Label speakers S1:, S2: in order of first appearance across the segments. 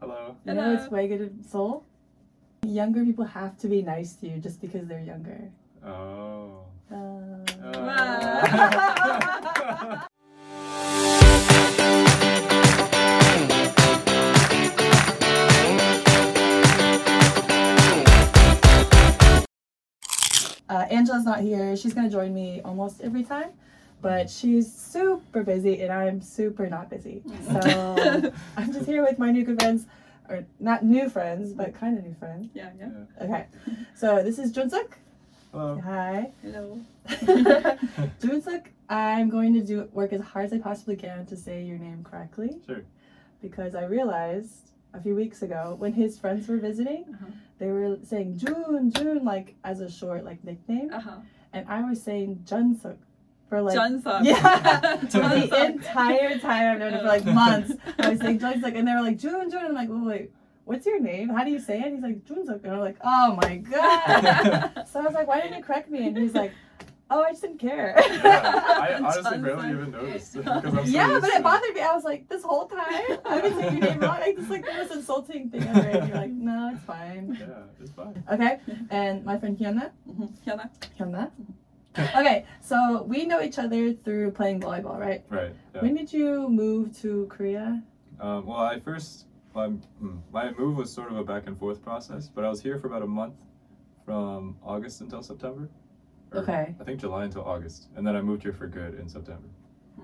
S1: Hello.
S2: You know, it's negative soul. Younger people have to be nice to you just because they're younger.
S1: Oh.
S2: Uh,
S1: Uh.
S2: uh, Angela's not here. She's gonna join me almost every time, but she's super busy and I'm super not busy. So I'm just here with my new good friends, or not new friends, but kind of new friends.
S3: Yeah, yeah.
S2: Okay, so this is Junsuk.
S1: Hello.
S2: Hi.
S3: Hello.
S2: Junsuk, I'm going to do work as hard as I possibly can to say your name correctly.
S1: Sure.
S2: because I realized a few weeks ago when his friends were visiting,
S3: Uh-huh.
S2: they were saying June, June, like as a short like nickname,
S3: Uh huh.
S2: and I was saying Junsuk for like
S3: Johnson.
S2: Yeah.
S1: Johnson.
S2: the entire time I've known him for like months. I was saying Junsuk, and they were like June, June. I'm like, well, wait, what's your name? How do you say it? He's like Junsuk, and I'm like, oh my god. so I was like, why didn't you correct me? And he's like. Oh, I just didn't care.
S1: Yeah, I honestly barely
S3: Johnson.
S1: even noticed because I'm so
S2: Yeah,
S1: used
S2: but
S1: to
S2: it bothered me. I was like, this whole time I've been saying your name wrong. Like, this like the most insulting thing ever. And you're like, no, it's fine.
S1: Yeah, it's fine.
S2: Okay. And my friend Hyuna.
S3: Mhm. Hyuna.
S2: Hyuna. Okay, so we know each other through playing volleyball, right?
S1: Right. Yeah.
S2: When did you move to Korea?
S1: Um, well, I first my mm, my move was sort of a back and forth process, but I was here for about a month, from August until September. Or
S2: Okay.
S1: I think July until August, and then I moved here for good in September.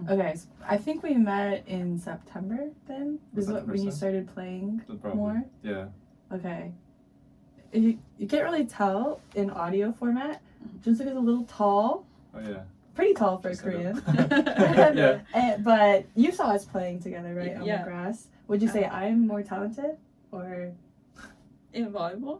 S2: Okay, so I think we met in September then.
S1: Was
S2: Is
S1: that
S2: what
S1: the
S2: when you
S1: first
S2: started playing
S1: That's probably-
S2: more?
S1: Yeah.
S2: Okay. You, you can't really tell in audio format.
S1: Mm-hmm.
S2: Junsook is a little tall,
S1: Oh yeah.
S2: pretty tall for a
S1: Just like
S2: Korean.
S1: a- yeah.
S2: Eh, but you saw us playing together, right? On the
S3: Yeah.
S2: grass. Would you say I'm more talented? Or
S3: In volleyball.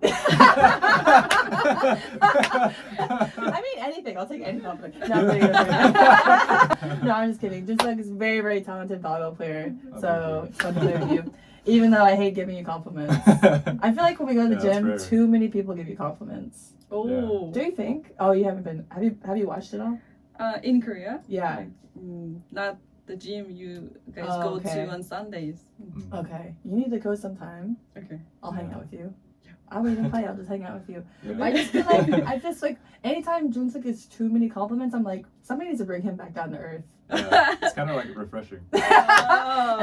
S2: I mean anything. I'll take any compliment. No, I'm, kidding, I'm kidding. No, I'm just kidding. Just like is a very, very talented volleyball player. So it's fun to play with you. Even though I hate giving you compliments. I feel like when we go to the
S1: Yeah, that's
S2: gym,
S1: rare.
S2: too many people give you compliments.
S3: Oh.
S2: Do you think? Oh, you haven't been. Have you? Have you watched it all?
S3: Uh, in Korea.
S2: Yeah.
S3: Like, mm, not the gym you guys
S2: Oh,
S3: go
S2: okay.
S3: to on Sundays.
S1: Mm.
S2: Okay. You need to go sometime.
S3: Okay.
S2: I'll hang
S1: Yeah.
S2: out with you. I won't even play. I'll just hang out with you.
S1: Yeah.
S2: I just feel like I just like anytime Junsook gets too many compliments, I'm like somebody needs to bring him back down to earth.
S1: Yeah, It's kind of like refreshing.
S2: and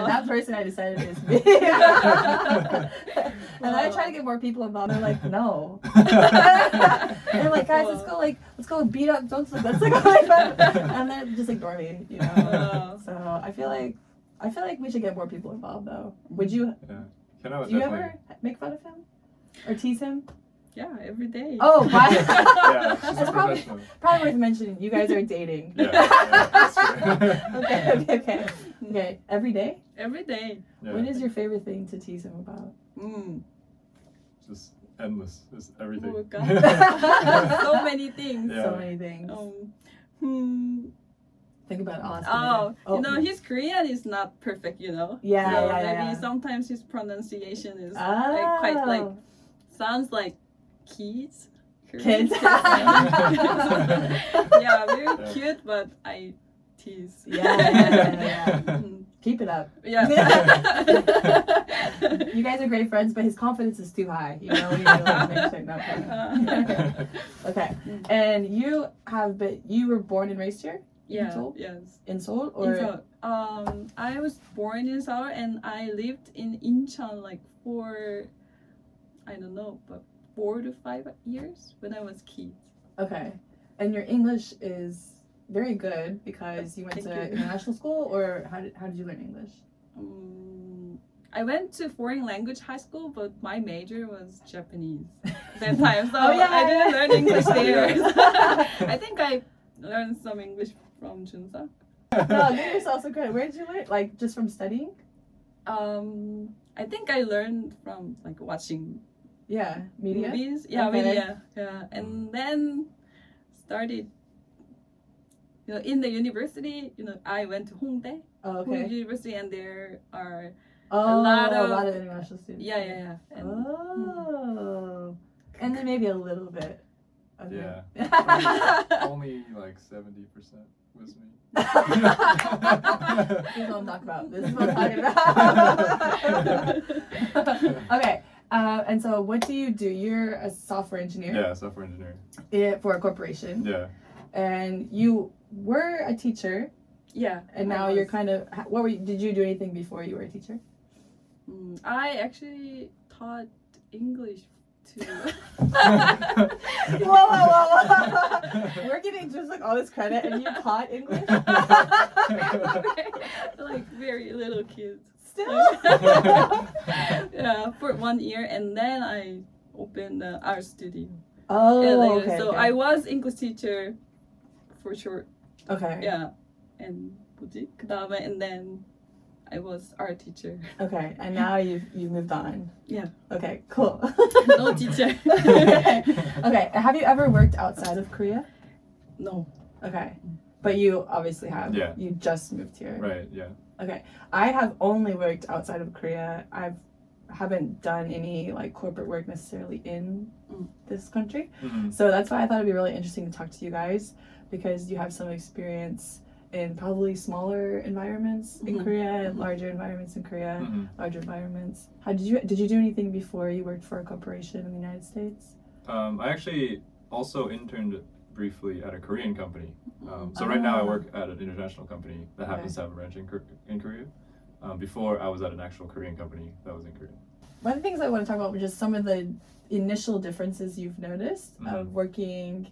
S2: that person I decided is me. and
S3: Oh.
S2: then I try to get more people involved. They're like, no. They're like, guys, let's go like let's go beat up Junsook. That's like all I got." and they just ignore me, you know.
S3: Oh.
S2: So I feel like I feel like we should get more people involved though. Would you?
S1: Can I
S2: Do you
S1: definitely-
S2: ever make fun of him or tease him?
S3: yeah, every day.
S2: Oh, wow.
S1: Yeah, she's
S2: That's
S1: a
S2: probably
S1: professional.
S2: probably worth mentioning. You guys are dating.
S1: Yeah, yeah, that's true.
S2: okay, okay, okay. Okay, every day?
S3: Every day.
S1: Yeah,
S2: What is your favorite thing to tease him about?
S3: Mm.
S1: just endless. Just everything.
S3: Oh, God. so many things.
S1: Yeah.
S2: So many things.
S3: Um, hmm.
S2: Think about Austin.
S3: Oh, you know, his Korean is not perfect, you know.
S2: Yeah,
S1: Yeah.
S2: yeah, yeah.
S3: Maybe
S2: yeah.
S3: sometimes his pronunciation is
S2: Oh.
S3: like quite like sounds like kids.
S2: kids. yeah,
S3: yeah, very
S1: Yeah.
S3: cute, but I tease.
S2: yeah, yeah, yeah.
S3: Mm,
S2: Keep it up.
S3: yeah.
S2: You guys are great friends, but his confidence is too high. You know, we gotta like, make sure not for him. Okay, and you have been you were born and raised here
S3: yeah.
S2: Seoul?
S3: Yes.
S2: in Seoul, or
S3: In Seoul. Um, I was born in Seoul and I lived in Incheon like for, I don't know, but four to five years when I was kid.
S2: okay, and your English is very good because you went
S3: Thank
S2: to
S3: you.
S2: international school, or how did how did you learn English?
S3: Um, I went to foreign language high school, but my major was Japanese at that time, so
S2: Oh, yeah,
S3: I didn't
S2: yeah.
S3: learn English there.
S2: Yeah.
S3: I think I learned some English from Junsa.
S2: No, give yourself some credit. Where did you learn? Like just from studying?
S3: Um, I think I learned from like watching
S2: Yeah, media.
S3: movies. Yeah,
S2: Okay.
S3: media. Yeah, and then started. You know, in the university, you know, I went to Hongdae
S2: Oh,
S3: Hongdae
S2: okay.
S3: University, and there are
S2: Oh, a lot
S3: lot
S2: of,
S3: of-
S2: international students.
S3: yeah, yeah, yeah. And,
S2: Oh, and then maybe a little bit. of
S1: Yeah.
S2: it.
S1: Only like seventy percent. was me.
S2: this is what I'm talking about. This is what I'm talking about. okay. Uh, and so, what do you do? You're a software engineer
S1: Yeah, software engineer.
S2: yeah. for a corporation,
S1: Yeah.
S2: and you were a teacher,
S3: Yeah.
S2: and
S3: I
S2: now you're
S3: was.
S2: kind of. ha- What were you, did you do anything before you were a teacher?
S3: Mm, I actually taught English to.
S2: whoa, whoa, whoa, whoa. we're giving just like all this credit, and you taught English.
S3: like very little kids.
S2: Still.
S3: yeah, for one year, and then I opened the art studio.
S2: oh,
S3: Yeah, later.
S2: okay.
S3: so
S2: okay.
S3: I was English teacher for sure.
S2: okay.
S3: Yeah, and 뭐지? 그다음에 and then I was art teacher.
S2: Okay, and now you've you've moved on.
S3: Yeah.
S2: Okay, cool.
S3: no teacher.
S2: okay, have you ever worked outside of Korea?
S3: no.
S2: Okay. But you obviously have.
S1: Yeah.
S2: You just moved here.
S1: Right, yeah.
S2: I have only worked outside of Korea. I've haven't done any like corporate work necessarily in
S3: Mm.
S2: this country.
S1: Mhm.
S2: So that's why I thought it'd be really interesting to talk to you guys because you have some experience in probably smaller environments in
S3: Mhm.
S2: Korea and larger environments in Korea.
S1: Mhm.
S2: larger environments. How did you did you do anything before you worked for a corporation in the United States?
S1: Um, I actually also interned briefly at a Korean company. Um, so right now I
S2: Ah.
S1: work at an international company that happens to have a branch in, Kor- in Korea. Um, before I was at an actual Korean company that was in Korea.
S2: One of the things I want to talk about was just some of the initial differences you've noticed of
S1: Mhm.
S2: working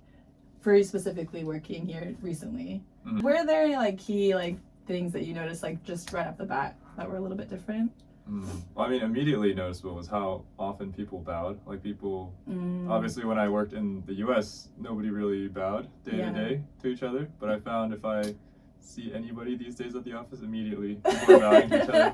S2: for you specifically working here recently.
S1: Mhm.
S2: Were there any like key like things that you noticed like just right off the bat that were a little bit different?
S1: Mm. Well, I mean, immediately noticeable was how often people bowed. Like people,
S2: Mm.
S1: obviously, when I worked in the U.S., nobody really bowed day
S2: Yeah.
S1: to day to each other. But I found if I see anybody these days at the office, immediately people are bowing to each other,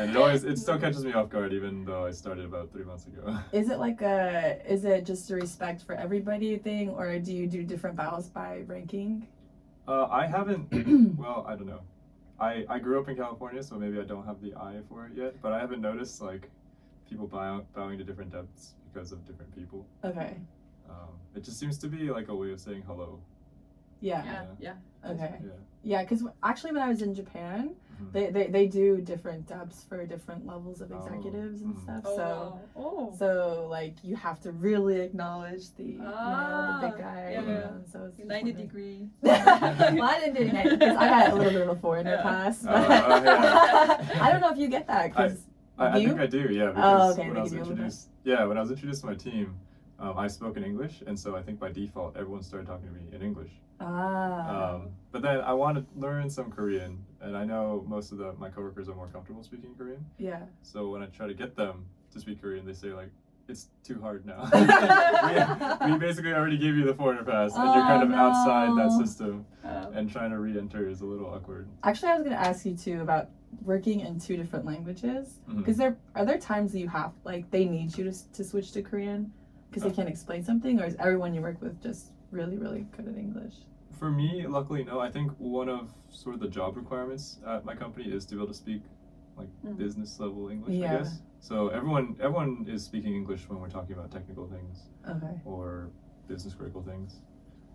S1: and it always it still catches me off guard, even though I started about three months ago.
S2: Is it like a is it just a respect for everybody thing or do you do different bows by ranking?
S1: Uh, I haven't. Well, I don't know. I I grew up in California, so maybe I don't have the eye for it yet. But I haven't noticed like people bow, bowing to different depths because of different people.
S2: okay.
S1: Um, it just seems to be like a way of saying hello.
S2: Yeah.
S3: Yeah, yeah.
S2: Okay.
S1: Yeah.
S2: Yeah, because actually, when I was in Japan,
S1: Mhm.
S2: they, they they do different depths for different levels of
S1: Oh,
S2: executives and
S1: mm.
S2: stuff. So
S3: Oh. oh.
S2: so like you have to really acknowledge the you know, the
S3: Ah,
S2: big guy.
S3: yeah,
S2: you
S1: yeah.
S2: know, so it's
S3: Ninety
S2: important.
S3: degree.
S2: well, I didn't do it 90 'cause I got a little bit of a foreigner
S3: Yeah.
S2: pass.
S1: Oh,
S2: But
S1: oh,
S3: yeah.
S2: I don't know if you get that because
S1: I, I
S2: you? Oh,
S1: think I do, yeah. Because
S2: okay,
S1: when
S2: they
S1: I was
S2: give you a little bit.
S1: introduced, yeah, when I was introduced to my team, um, I spoke in English, and so I think by default everyone started talking to me in English.
S2: ah
S1: Um, but then I want to learn some Korean, and I know most of the, my coworkers are more comfortable speaking Korean.
S2: yeah
S1: So when I try to get them to speak Korean, they say like, "It's too hard now." we, we basically already gave you the foreigner pass, and you're kind
S2: Oh,
S1: of outside that
S2: no.
S1: system,
S3: Uh,
S1: and trying to re-enter is a little awkward.
S2: actually I was gonna ask you too about working in two different languages
S1: Mhm.
S2: because there are there times that you have like they need you to, s- to switch to Korean because they can't explain something or is everyone you work with just really really good at English.
S1: For me, luckily, no. I think one of sort of the job requirements at my company is to be able to speak like
S3: Mm.
S1: business level English,
S2: Yeah.
S1: I guess. So everyone everyone is speaking English when we're talking about technical things
S2: Okay.
S1: or business critical things.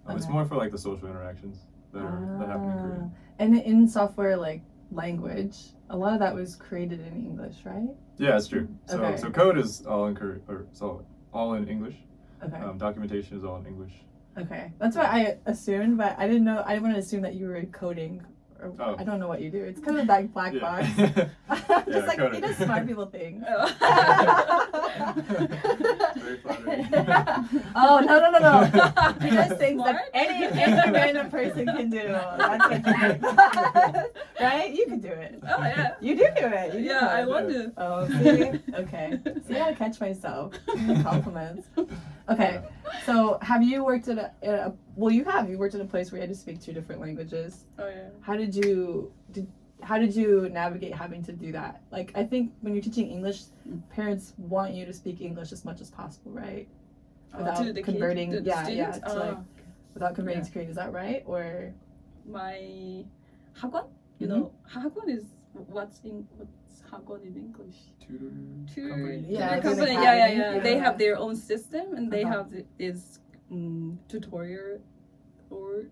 S1: Um, It's
S2: Okay.
S1: more for like the social interactions that are that happen in
S2: Ah.
S1: Korea.
S2: And in software like language, a lot of that was created in English, right?
S1: Yeah, it's true. So
S2: Okay.
S1: so code is all in Korea, or so all in English.
S2: Okay.
S1: Um, documentation is all in English.
S2: okay. That's what I assumed, but I didn't know I didn't want to assume that you were coding or
S1: Oh.
S2: I don't know what you do. It's kind of that black
S1: Yeah.
S2: box. just
S1: Yeah,
S2: like
S1: coding.
S2: it is smart people thing.
S3: oh,
S1: Very flattering.
S2: oh no no no no! You
S1: Smart?
S2: just things that any any random person can do. That's what you do. right? You can do it.
S3: oh yeah.
S2: You do do it. You do
S3: Yeah, I
S2: it.
S3: want to.
S2: Oh, see? okay. See, I catch myself. Compliments. Okay, so have you worked at a, at a well? You have. You worked at a place where you had to speak two different languages.
S3: Oh yeah.
S2: How did you did? How did you navigate having to do that? Like, I think when you're teaching English,
S3: Mm.
S2: parents want you to speak English as much as possible, right? Without
S3: to the kid,
S2: converting-
S3: to the
S2: yeah, yeah,
S3: student?
S2: to, like,
S3: Ah,
S2: Without converting
S3: Yeah.
S2: to Korean, is that right? Or
S3: my 학원, you
S2: Mhm.
S3: know, 학원 is what's in what's 학원 in English.
S1: Tutor
S3: Tutor-
S1: company?
S2: Yeah,
S3: tutor
S2: it's an
S3: company. Yeah, yeah,
S2: academy,
S3: yeah,
S2: yeah.
S3: They have their own system and they
S2: Uh-huh.
S3: have th- this um, tutorial mm, or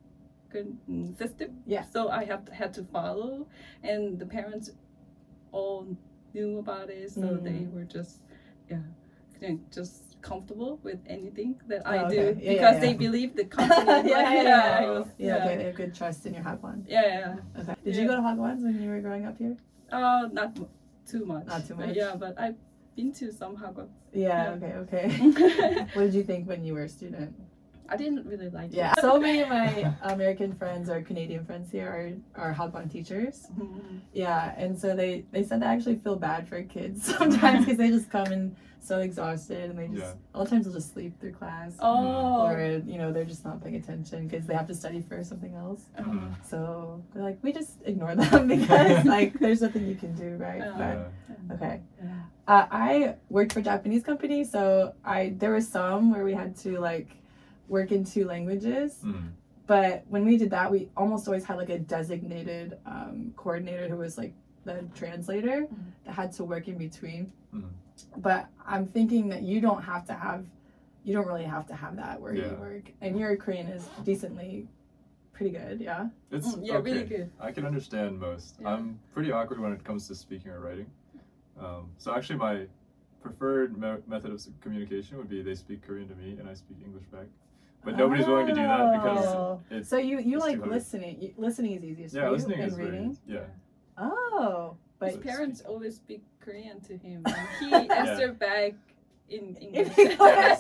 S3: second mm, system.
S2: Yeah.
S3: So I have had to follow, and the parents all knew about it, so they
S2: Mm.
S3: were just yeah, you know, just comfortable with anything that
S2: Oh,
S3: I
S2: okay.
S3: do
S2: Yeah, yeah,
S3: because they
S2: yeah.
S3: believe the company. like,
S2: Yeah, yeah,
S3: yeah,
S1: yeah.
S3: I was-
S2: Yeah, okay,
S3: yeah.
S2: they have good trust in your Hagwon.
S3: Yeah, yeah.
S2: Okay. Did you
S3: Yeah.
S2: go to Hagwons when you were growing up here?
S3: Uh, not mu- too much.
S2: Not too
S3: But
S2: much.
S3: yeah, but I've been to some Hagwon.
S2: Yeah,
S3: Yeah.
S2: okay, okay. what did you think when you were a student?
S3: I didn't really like
S2: Yeah.
S3: it.
S2: So many of my American friends or Canadian friends here are, are Hagwon teachers.
S3: Mhm.
S2: Yeah, and so they they said they actually feel bad for kids sometimes because they just come in so exhausted and they just
S1: Yeah.
S2: a lot of times they'll just sleep through class
S3: Oh.
S2: or you know they're just not paying attention because they have to study for something else.
S1: Mm-hmm.
S3: Uh-huh.
S2: So they're like we just ignore them because like there's nothing you can do, right?
S3: Yeah.
S2: But-
S1: Yeah.
S2: okay.
S3: Yeah.
S2: Uh, I worked for a Japanese company, so I there were some where we had to like work in two languages
S1: Mm.
S2: but when we did that we almost always had like a designated um, coordinator who was like the translator
S3: Mhm.
S2: that had to work in between
S1: Mhm.
S2: but i'm thinking that you don't have to have you don't really have to have that where you
S1: Yeah.
S2: work and your korean is decently pretty good yeah
S1: It's
S3: Mm, yeah,
S1: okay.
S3: really good.
S1: I can understand most.
S3: Yeah.
S1: I'm pretty awkward when it comes to speaking or writing. Um, so actually, my preferred me- method of s- communication would be they speak Korean to me and I speak English back. But nobody's willing to do that because
S2: Oh.
S1: it's
S2: so you you
S1: it's
S2: like
S1: too hard.
S2: listening you, listening is easiest for
S1: yeah,
S2: you
S1: listening
S2: and
S1: is very
S2: reading
S1: yeah.
S2: oh but
S3: His
S1: But-
S3: parents always speak Korean to him. And he answered back in English.
S2: English.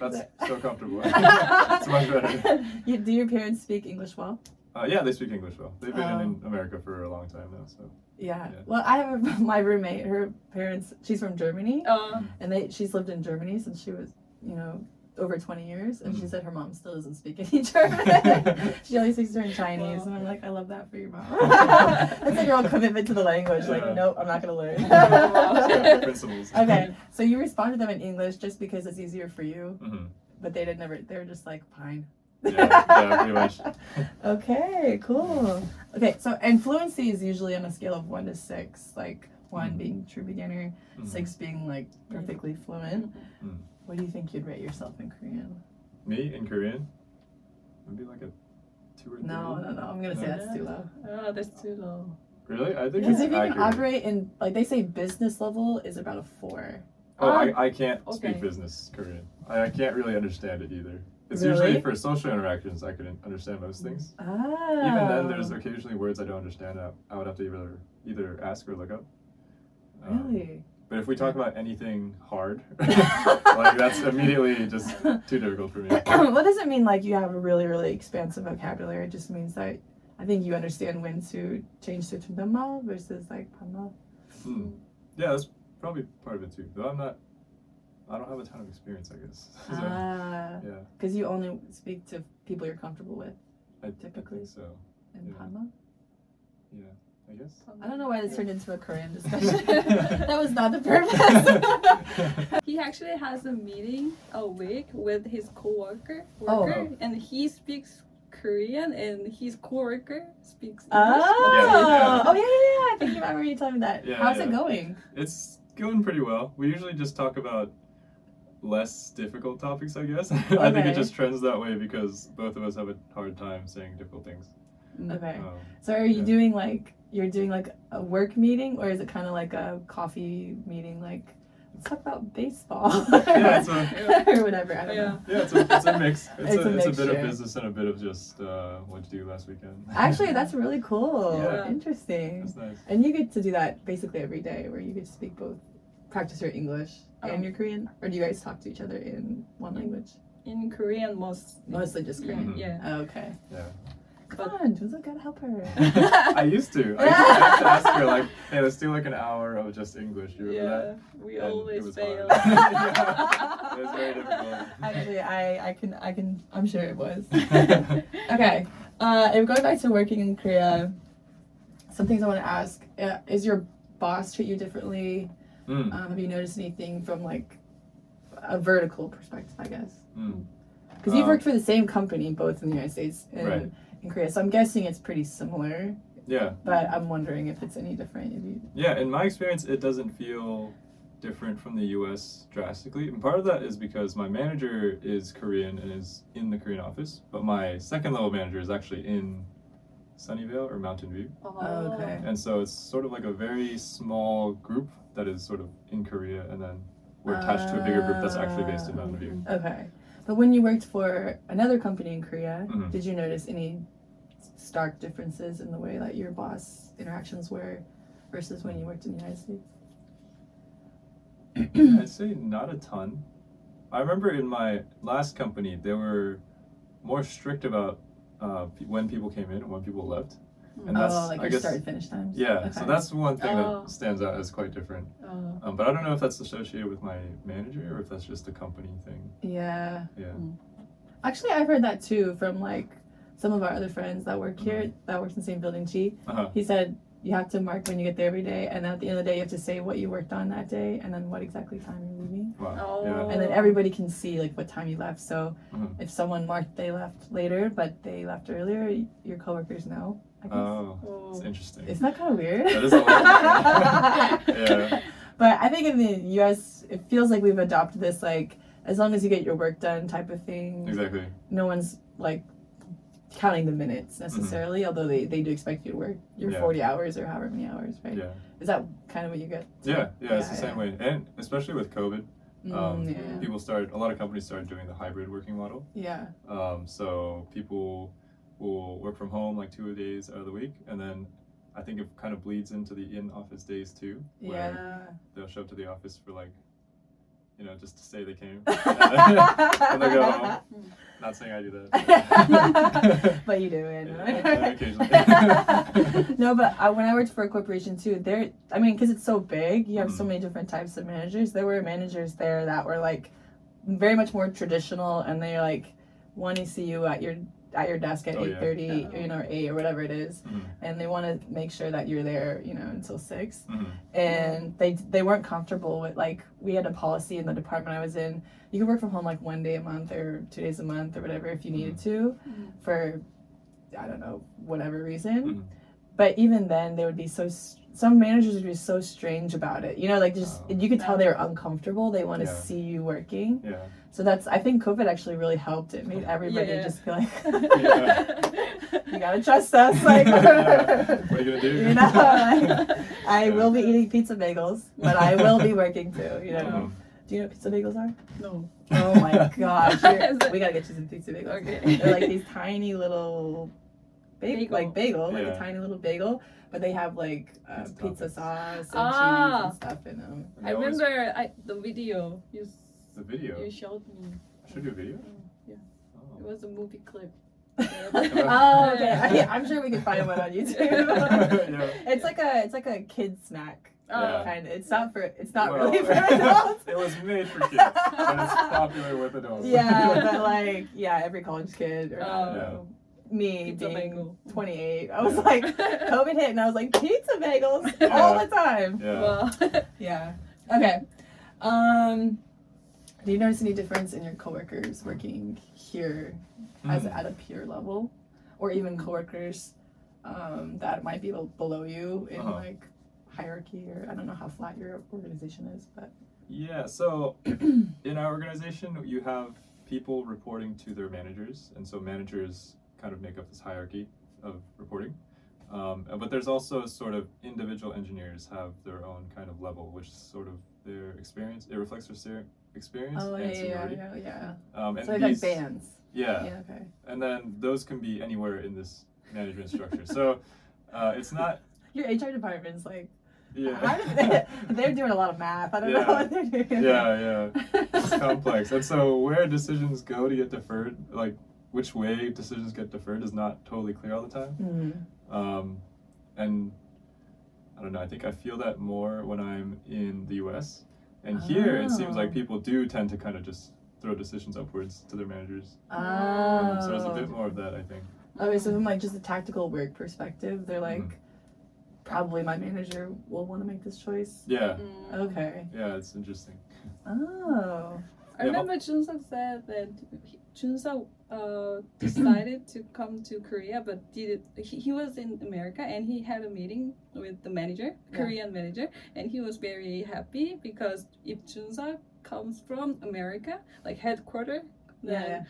S1: That's so comfortable.
S2: It's
S1: much better.
S2: you, do your parents speak english well
S1: Uh, yeah, they speak English well. They've been in
S2: Um,
S1: America for a long time now, so
S2: Yeah.
S1: Yeah.
S2: Well, I have a, my roommate. Her parents. She's from Germany,
S3: Uh,
S2: and they she's lived in Germany since she was, you know, over twenty years. And she
S1: Mhm.
S2: said her mom still doesn't speak any German. she only speaks her in Chinese,
S3: Wow.
S2: and I'm like, I love that for your mom. That's a girl commitment to the language.
S1: Yeah.
S2: Like, nope, I'm not gonna
S1: Yeah,
S2: learn.
S1: principles.
S2: okay, so you respond to them in English just because it's easier for you,
S1: hmm
S2: but they did never. They were just like, fine.
S1: Yeah, yeah, pretty much.
S2: Okay, cool. Okay, so and fluency is usually on a scale of one to six, like one
S1: Mhm.
S2: being true beginner,
S1: Mhm.
S2: six being like perfectly fluent.
S1: Mhm.
S2: What do you think you'd rate yourself in Korean?
S1: Me in Korean, maybe like a two or three.
S2: No, no, no. I'm gonna say
S1: No.
S2: that's too low.
S3: oh, that's too low.
S1: Really, I think
S2: Because
S1: it's
S2: if you
S1: accurate.
S2: can operate in like they say business level is about a four.
S1: Oh,
S3: Um,
S1: I, I can't
S3: okay.
S1: speak business Korean. I, I can't really understand it either. It's
S2: Really?
S1: usually for social interactions I can understand most things.
S2: Ah.
S1: Even then, there's occasionally words I don't understand. I, I would have to either either ask or look up. Um,
S2: really.
S1: But if we talk about anything hard, like that's immediately just too difficult for me.
S2: what does it mean? Like you have a really really expansive vocabulary. It just means that I think you understand when to change to chundama versus like pama.
S1: Hmm. Yeah, that's probably part of it too. Though I'm not, I don't have a ton of experience, I guess. So,
S2: Ah,
S1: yeah,
S2: because you only speak to people you're comfortable with
S1: I, I
S2: Typically.
S1: think so.
S2: in
S1: Yeah.
S2: Panama.
S1: I guess.
S2: I don't know why this turned into a Korean discussion. that
S1: That
S2: was not the purpose.
S3: He actually has a meeting a week with his coworker,
S2: Oh.
S3: worker, and he speaks Korean, and his coworker speaks English.
S2: oh,
S1: Yeah.
S2: oh yeah, yeah, yeah. I think you remember you telling me that.
S1: Yeah,
S2: How's it
S1: yeah.
S2: going?
S1: It's going pretty well. We usually just talk about less difficult topics, I guess. I think
S2: Okay.
S1: it just trends that way because both of us have a hard time saying difficult things.
S2: Okay.
S1: Um,
S2: So are you
S1: yeah.
S2: doing like you're doing like a work meeting, or is it kind of like a coffee meeting? Like let's talk about baseball
S1: Yeah, it's a-
S2: or whatever. I don't know.
S3: Yeah.
S1: yeah, it's a, it's a mix. It's,
S2: It's
S1: a,
S2: a
S1: it's a bit
S2: mixture.
S1: of business and a bit of just uh, what you do last weekend.
S2: Actually, that's really cool.
S1: Yeah.
S2: Interesting.
S1: that's nice.
S2: And you get to do that basically every day, where you get to speak both, practice your English and
S3: Oh.
S2: your Korean, or do you guys talk to each other in one language?
S3: In Korean, most.
S2: Mostly just
S3: Yeah,
S2: Korean.
S1: Mm-hmm.
S2: Oh,
S3: yeah.
S2: Okay.
S1: Yeah.
S2: Come on, Junzo, gotta help her.
S1: I used to. I used to have to ask her like, "Hey, let's do like an hour of just English." You remember
S3: Yeah, we
S1: And it
S3: always
S1: was
S3: fail.
S1: hard. Yeah, it was very difficult.
S2: Actually, I, I can, I can, I'm sure it was.
S1: that?
S2: okay. Uh, and going back to working in Korea, some things I want to ask: uh, Is your boss treat you differently?
S1: Mm,
S2: Um, have you noticed anything from like a vertical perspective? I guess.
S1: mm.
S2: Because you've
S1: Um,
S2: worked for the same company both in the United States and
S1: Right.
S2: in Korea, so I'm guessing it's pretty similar.
S1: Yeah,
S2: But I'm wondering if it's any different. If you,
S1: yeah. In my experience, it doesn't feel different from the U.S. drastically, and part of that is because my manager is Korean and is in the Korean office, but my second level manager is actually in Sunnyvale or Mountain View,
S2: Oh, okay.
S1: and so it's sort of like a very small group that is sort of in Korea, and then we're attached to a bigger group that's actually based in Mountain View.
S2: Okay. But when you worked for another company in Korea,
S1: Mhm.
S2: did you notice any s- stark differences in the way that your boss interactions were versus when you worked in the United States? Hmm.
S1: I'd say not a ton. I remember in my last company, they were more strict about uh, pe- when people came in and when people left. And that's,
S2: oh, like
S1: I
S2: your
S1: guess,
S2: start and finish times.
S1: yeah.
S2: Okay.
S1: So that's one thing
S3: Oh.
S1: that stands out as quite different.
S3: Oh.
S1: Um, but I don't know if that's associated with my manager or if that's just a company thing.
S2: Yeah.
S1: Yeah.
S2: Actually, I've heard that too from like some of our other friends that work here, that works in the same building. She,
S1: Mm-hmm. Uh-huh.
S2: he said you have to mark when you get there every day, and at the end of the day, you have to say what you worked on that day, and then what exactly time you're leaving,
S1: Wow. Yeah.
S2: and then everybody can see like what time you left. So
S1: Mhm.
S2: if someone marked they left later, but they left earlier, y- your coworkers know. I guess.
S1: Oh, it's
S3: Oh.
S1: interesting.
S2: Isn't that kind of weird?
S1: That is a little weird. Yeah.
S2: But I think in the U.S., it feels like we've adopted this like as long as you get your work done type of thing.
S1: Exactly.
S2: no one's like counting the minutes necessarily, although they, they do expect you to work your
S1: Mm-hmm. Yeah.
S2: 40 hours or however many hours, right?
S1: Yeah.
S2: Is that kind of what you get?
S1: Yeah. Yeah. It's
S2: Yeah,
S1: the same way, and especially with COVID, Um,
S2: Mm, yeah.
S1: people started. A lot of companies started doing the hybrid working model.
S2: Yeah.
S1: Um, so people will work from home like two days out of the week, and then I think it kind of bleeds into the in-office days too, where
S2: Yeah.
S1: they'll show up to the office for like, you know, just to say they came. they go home. Not saying I do that.
S2: but you do it.
S1: Yeah,
S2: right?
S1: occasionally.
S2: no, but I, when I worked for a corporation too, there, I mean, because it's so big, you have so
S1: Mhm.
S2: many different types of managers. There were managers there that were like very much more traditional, and they like want to see you at your at your desk at
S1: Oh, yeah.
S2: eight thirty,
S3: Yeah.
S2: you know, or eight or whatever it is,
S1: Mhm.
S2: and they want to make sure that you're there, you know, until six
S1: Mhm.
S2: and they they weren't comfortable with like we had a policy in the department I was in. You could work from home like one day a month or two days a month or whatever if you needed
S1: Mm-hmm.
S2: to,
S3: Mhm.
S2: for I don't know whatever reason.
S1: Mhm.
S2: But even then, they would be so. s some managers would be so strange about it. You know, like just
S1: Oh.
S2: you could tell they were uncomfortable. They want to
S1: Yeah.
S2: see you working.
S1: Yeah.
S2: So that's I think COVID actually really helped. It made everybody
S3: yeah.
S2: just be like, you
S3: Yeah.
S2: gotta trust us. Like,
S1: What are you gonna do?
S2: You know, like, I
S1: Yeah.
S2: will be eating pizza bagels, but I will be working too. You know.
S1: Mhm.
S2: Do you know what pizza bagels are?
S3: No.
S2: Oh my gosh. you're-
S3: Is it-
S2: we gotta get you some pizza bagels.
S3: Okay.
S2: They're like these tiny little ba-
S3: Bagel.
S2: like bagel, like
S1: Yeah.
S2: a tiny little bagel, but they have like uh,
S1: Pizza
S2: pizza
S1: toppings.
S2: sauce and cheese
S3: Ah.
S2: and stuff in them.
S1: And
S3: I
S1: they always-
S3: remember I, the video you s-
S1: the video.
S3: you showed me.
S1: I should do a video.
S3: Yeah. It
S1: Oh.
S3: was a movie clip.
S2: oh, okay.
S3: Yeah.
S2: Yeah, I'm sure we can find one on YouTube.
S1: Yeah.
S2: it's like a it's like a kid snack
S1: Yeah.
S3: Ah,
S2: kind of. It's not for it's not
S1: Well,
S2: really for adults.
S1: it was made for kids, but it's popular with adults.
S2: yeah, but like yeah, every college kid or I don't
S1: Yeah.
S2: know, me
S3: Pizza
S2: being
S3: bagel.
S2: 28, I was
S1: Yeah.
S2: like COVID hit, and I was like, pizza bagels
S3: Yeah.
S2: all the time.
S1: yeah.
S3: Wow.
S2: Yeah. Okay. Um, do you notice any difference in your coworkers working here as
S1: Mm.
S2: at a peer level, or even coworkers um, that might be bel- below you in
S1: Uh-huh.
S2: like hierarchy, or I don't know how flat your organization is, but
S1: Yeah, so in our organization, you have people reporting to their managers, and so managers kind of make up this hierarchy of reporting. Um, uh, but there's also sort of individual engineers have their own kind of level, which is sort of their experience. It reflects their ser- experience
S2: oh yeah,
S1: and
S2: yeah,
S1: seniority.
S2: yeah, yeah.
S1: Um, and
S2: So it's like
S1: these-
S2: bands.
S1: yeah,
S2: yeah. Okay.
S1: and then those can be anywhere in this management structure. so uh, it's not.
S2: Your HR department's like,
S1: Yeah.
S2: yeah. they're doing a lot of math. I don't
S1: Yeah.
S2: know what they're doing.
S1: yeah, yeah. it's complex. And so where decisions go to get deferred, like which way decisions get deferred is not totally clear all the time.
S2: Hmm.
S1: Um, and I don't know, I think I feel that more when I'm in the US. And here it seems
S2: Oh.
S1: like people do tend to kind of just throw decisions upwards to their managers.
S2: Oh.
S1: Um, so there's a bit more of that, I think.
S2: Okay, so from like just a tactical work perspective, they're like,
S1: Mhm.
S2: probably my manager will want to make this choice.
S1: Yeah.
S3: Mm.
S2: Okay.
S1: Yeah, it's interesting.
S2: Oh.
S3: I remember Junseok said that he- Junseok uh, decided to come to Korea, but did it, he, he was in America and he had a meeting with the manager,
S2: Yeah.
S3: Korean manager, and he was very happy because if Junseok comes from America, like headquarter,
S2: Yeah,
S3: then
S2: yeah.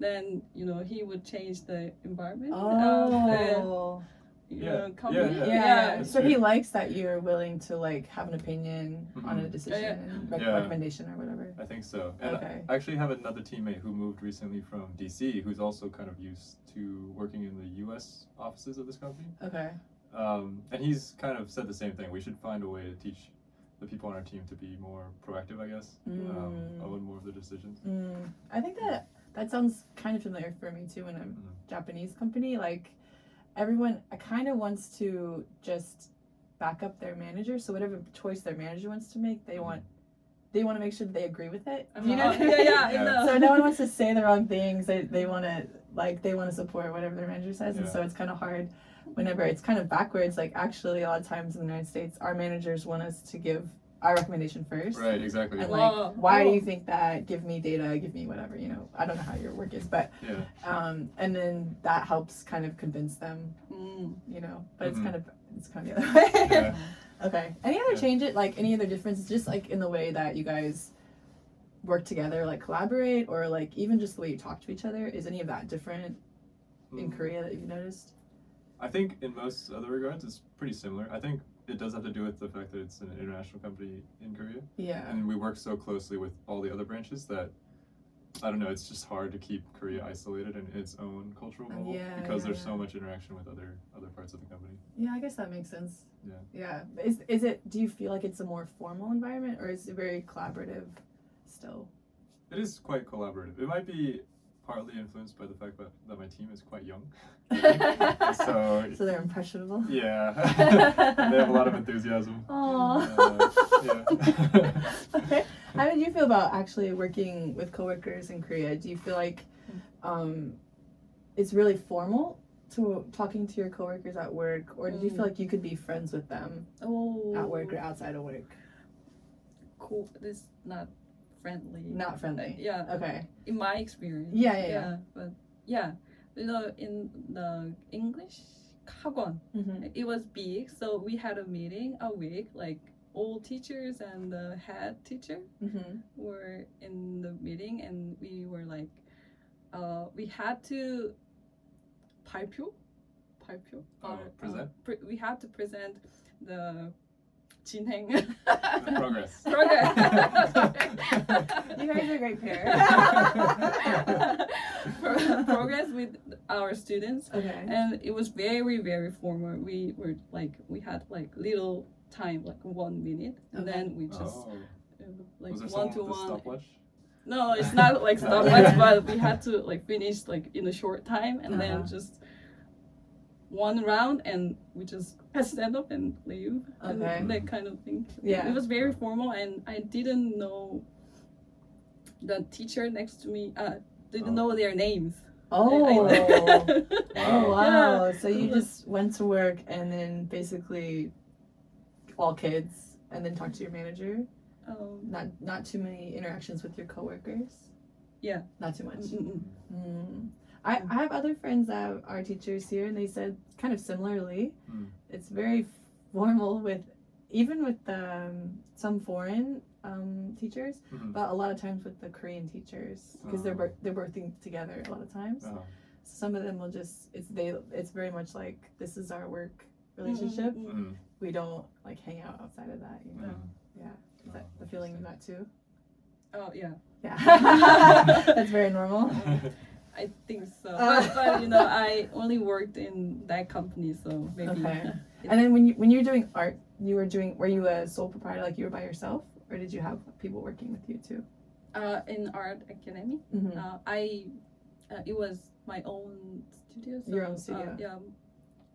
S3: then you know he would change the environment of the
S2: Oh.
S3: you
S1: Yeah.
S3: know, company.
S2: Yeah.
S1: Yeah.
S3: yeah.
S2: So
S1: Sure.
S2: he likes that you're willing to like have an opinion on a
S1: Mhm.
S2: decision,
S3: Yeah,
S2: rec-
S1: Yeah.
S2: recommendation, or whatever.
S1: I think so. And
S2: Okay.
S1: I actually have another teammate who moved recently from DC who's also kind of used to working in the US offices of this company.
S2: Okay.
S1: Um, and he's kind of said the same thing. We should find a way to teach the people on our team to be more proactive, I guess, um,
S2: Mm.
S1: own more of their decisions.
S2: Mm, I think that that sounds kind of familiar for me too. When I'm
S1: Mhm.
S2: Japanese company, like everyone, I kind of wants to just back up their manager. So whatever choice their manager wants to make, they want they want to make sure that they agree with it. Do you know?
S3: Uh-huh.
S2: what I
S3: yeah,
S2: mean?
S3: yeah, I
S1: Yeah.
S3: know.
S2: so no one wants to say the wrong things. They, they want to like they want to support whatever their manager says, and
S1: Yeah.
S2: so it's kind of hard. Whenever it's kind of backwards, like actually a lot of times in the United States, our managers want us to give our recommendation first.
S1: Right, exactly.
S2: And
S1: Yeah.
S2: like,
S3: Wow.
S2: why do
S3: Wow.
S2: you think that? Give me data. Give me whatever. You know, I don't know how your work is, but
S1: Yeah.
S2: um, and then that helps kind of convince them.
S3: Mm.
S2: You know, but it's
S1: Mhm.
S2: kind of it's kind of the other way.
S1: Yeah.
S2: Okay. Any other
S1: Yeah.
S2: change it like any other differences just like in the way that you guys work together, like collaborate or like even just the way you talk to each other? Is any of that different in
S1: Mm.
S2: Korea that you've noticed?
S1: I think in most other regards, it's pretty similar. I think it does have to do with the fact that it's an international company in Korea.
S2: Yeah.
S1: and we work so closely with all the other branches that I don't know. It's just hard to keep Korea isolated in its own cultural
S2: Uh,
S1: bubble
S2: yeah,
S1: because
S2: yeah,
S1: there's
S2: yeah.
S1: so much interaction with other other parts of the company.
S2: Yeah, I guess that makes sense.
S1: Yeah.
S2: Yeah. But Is is it do you feel like it's a more formal environment or is it very collaborative still?
S1: It is quite collaborative. It might be partly influenced by the fact that, that my team is quite young, so
S2: So they're impressionable.
S1: yeah, they have a lot of enthusiasm.
S2: Aw.
S1: yeah.
S2: okay. How did you feel about actually working with coworkers in Korea? Do you feel like um, it's really formal to talking to your coworkers at work, or did you feel like you could be friends with them
S3: Oh.
S2: at work or outside of work?
S3: Cool. It's not friendly.
S2: Not friendly.
S3: Yeah.
S2: Okay.
S3: in my experience.
S2: Yeah, yeah, yeah.
S3: But yeah, you know, in the English 학원,
S2: Mm-hmm.
S3: it was big, so we had a meeting a week, like all teachers and the head teacher
S2: Mm-hmm.
S3: were in the meeting, and we were like, uh, we had to 발표, 발표,
S1: Oh,
S3: or, uh,
S1: present?
S3: pre- we had to present the 진행
S1: The progress.
S3: progress.
S2: You guys are a great pair.
S3: Pro- progress with our students
S2: okay.
S3: and it was very very formal we were like we had like little time like one minute and
S2: Okay.
S3: then we just
S1: Oh,
S3: uh, like
S1: was there someone
S3: one to
S1: with a
S3: one
S1: stopwatch?
S3: no it's not like
S1: Yeah.
S3: stopwatch much, but we had to like finish like in a short time and
S2: Uh-huh.
S3: then just one round and we just stand up and leave and
S2: Okay.
S3: that kind of thing
S2: Yeah.
S3: it was very formal and i didn't know the teacher next to me uh didn't
S1: Oh.
S3: know their names
S2: Oh.
S1: Wow.
S2: Oh wow! So you
S3: Yeah.
S2: just went to work and then basically all kids, and then talked to your manager.
S3: um,
S2: Not not too many interactions with your coworkers.
S3: Yeah.
S2: Not too much.
S3: mm, mm, mm.
S2: Mm. I, I have other friends that are teachers here, and they said kind of similarly,
S3: Hmm.
S1: Mm.
S2: it's very formal with even with um, some foreign um, teachers,
S1: Mhm.
S2: but a lot of times with the Korean teachers because they're
S1: Oh.
S2: wor- they're working together a lot of times.
S1: Oh,
S2: Some of them will just it's they it's very much like this is our work relationship.
S3: Mm, mm,
S1: mhm,
S2: We don't like hang out outside of that. You know?
S1: mhm.
S2: Is that
S1: Oh,
S2: the feeling you got too?
S3: mm. oh yeah
S2: Yeah, that's very normal.
S3: I think so.
S2: Uh.
S3: But, but you know, I only worked in that company, so maybe.
S2: Okay. And then when you when you were doing art, you were doing were you a sole proprietor like you were by yourself, or did you have people working with you too?
S3: Uh, in art academy,
S2: Mm-hmm.
S3: uh, I uh, it was my own studio. So,
S2: Your own
S3: uh,
S2: studio.
S3: yeah,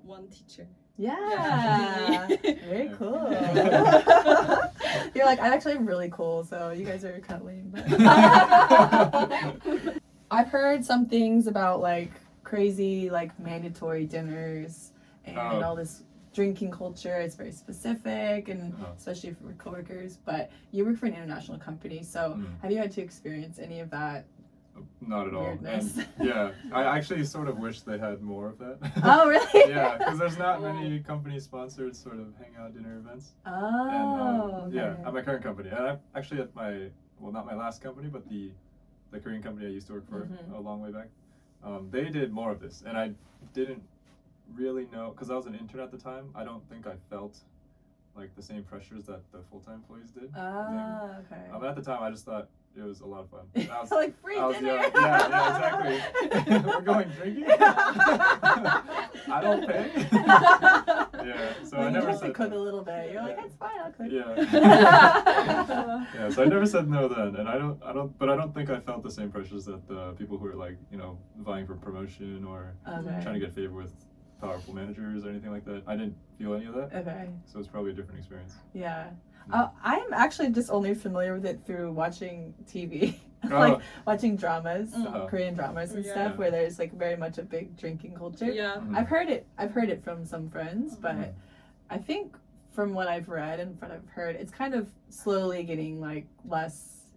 S3: one teacher.
S2: Yeah, very
S1: Yeah.
S2: cool. You're like I'm actually really cool, so you guys are kind of lame. but- I've heard some things about like crazy like mandatory dinners and
S1: Oh.
S2: all this drinking culture. It's very specific, and
S1: Uh-huh.
S2: especially for coworkers. But you work for an international company, so
S1: Mm.
S2: have you had to experience any of that?
S1: Not at all.
S2: Weirdness.
S1: And yeah, I actually sort of wish they had more of that.
S2: Oh, really?
S1: yeah, because there's not many company-sponsored sort of hangout dinner events.
S2: Oh,
S1: and, um, yeah,
S2: okay.
S1: at my current company, and I'm actually at my well, not my last company, but the the Korean company I used to work for
S2: Mhm.
S1: a long way back. Um, they did more of this, and I didn't really know because I was an intern at the time. I don't think I felt like the same pressures that the full-time employees did.
S2: Ah, okay.
S1: Um, at the time, I just thought it was a lot of fun. I was-
S2: like free
S1: I was
S2: dinner.
S1: young. Yeah, yeah, exactly. We're going drinking? I don't pay. yeah, so
S2: Well,
S1: I
S2: you
S1: never
S2: have to
S1: said
S2: cook a
S1: no.
S2: little bit. You're like, that's fine. I'll cook.
S1: Yeah. yeah, so I never said no then, and I don't, I don't, but I don't think I felt the same pressures that the people who are like, you know, vying for promotion or
S2: okay.
S1: trying to get favor with powerful managers or anything like that. I didn't feel any of that,
S2: Okay.
S1: so it's probably a different experience.
S2: Yeah.
S1: Mm.
S2: Uh, I'm actually just only familiar with it through watching TV,
S1: Oh.
S2: like watching dramas, uh,
S1: Uh-huh.
S2: Korean dramas and
S3: Yeah.
S2: stuff, where there's like very much a big drinking culture.
S3: yeah.
S1: Mhm.
S2: I've heard it. I've heard it from some friends,
S1: Mhm.
S2: but I think from what I've read and what I've heard, it's kind of slowly getting like less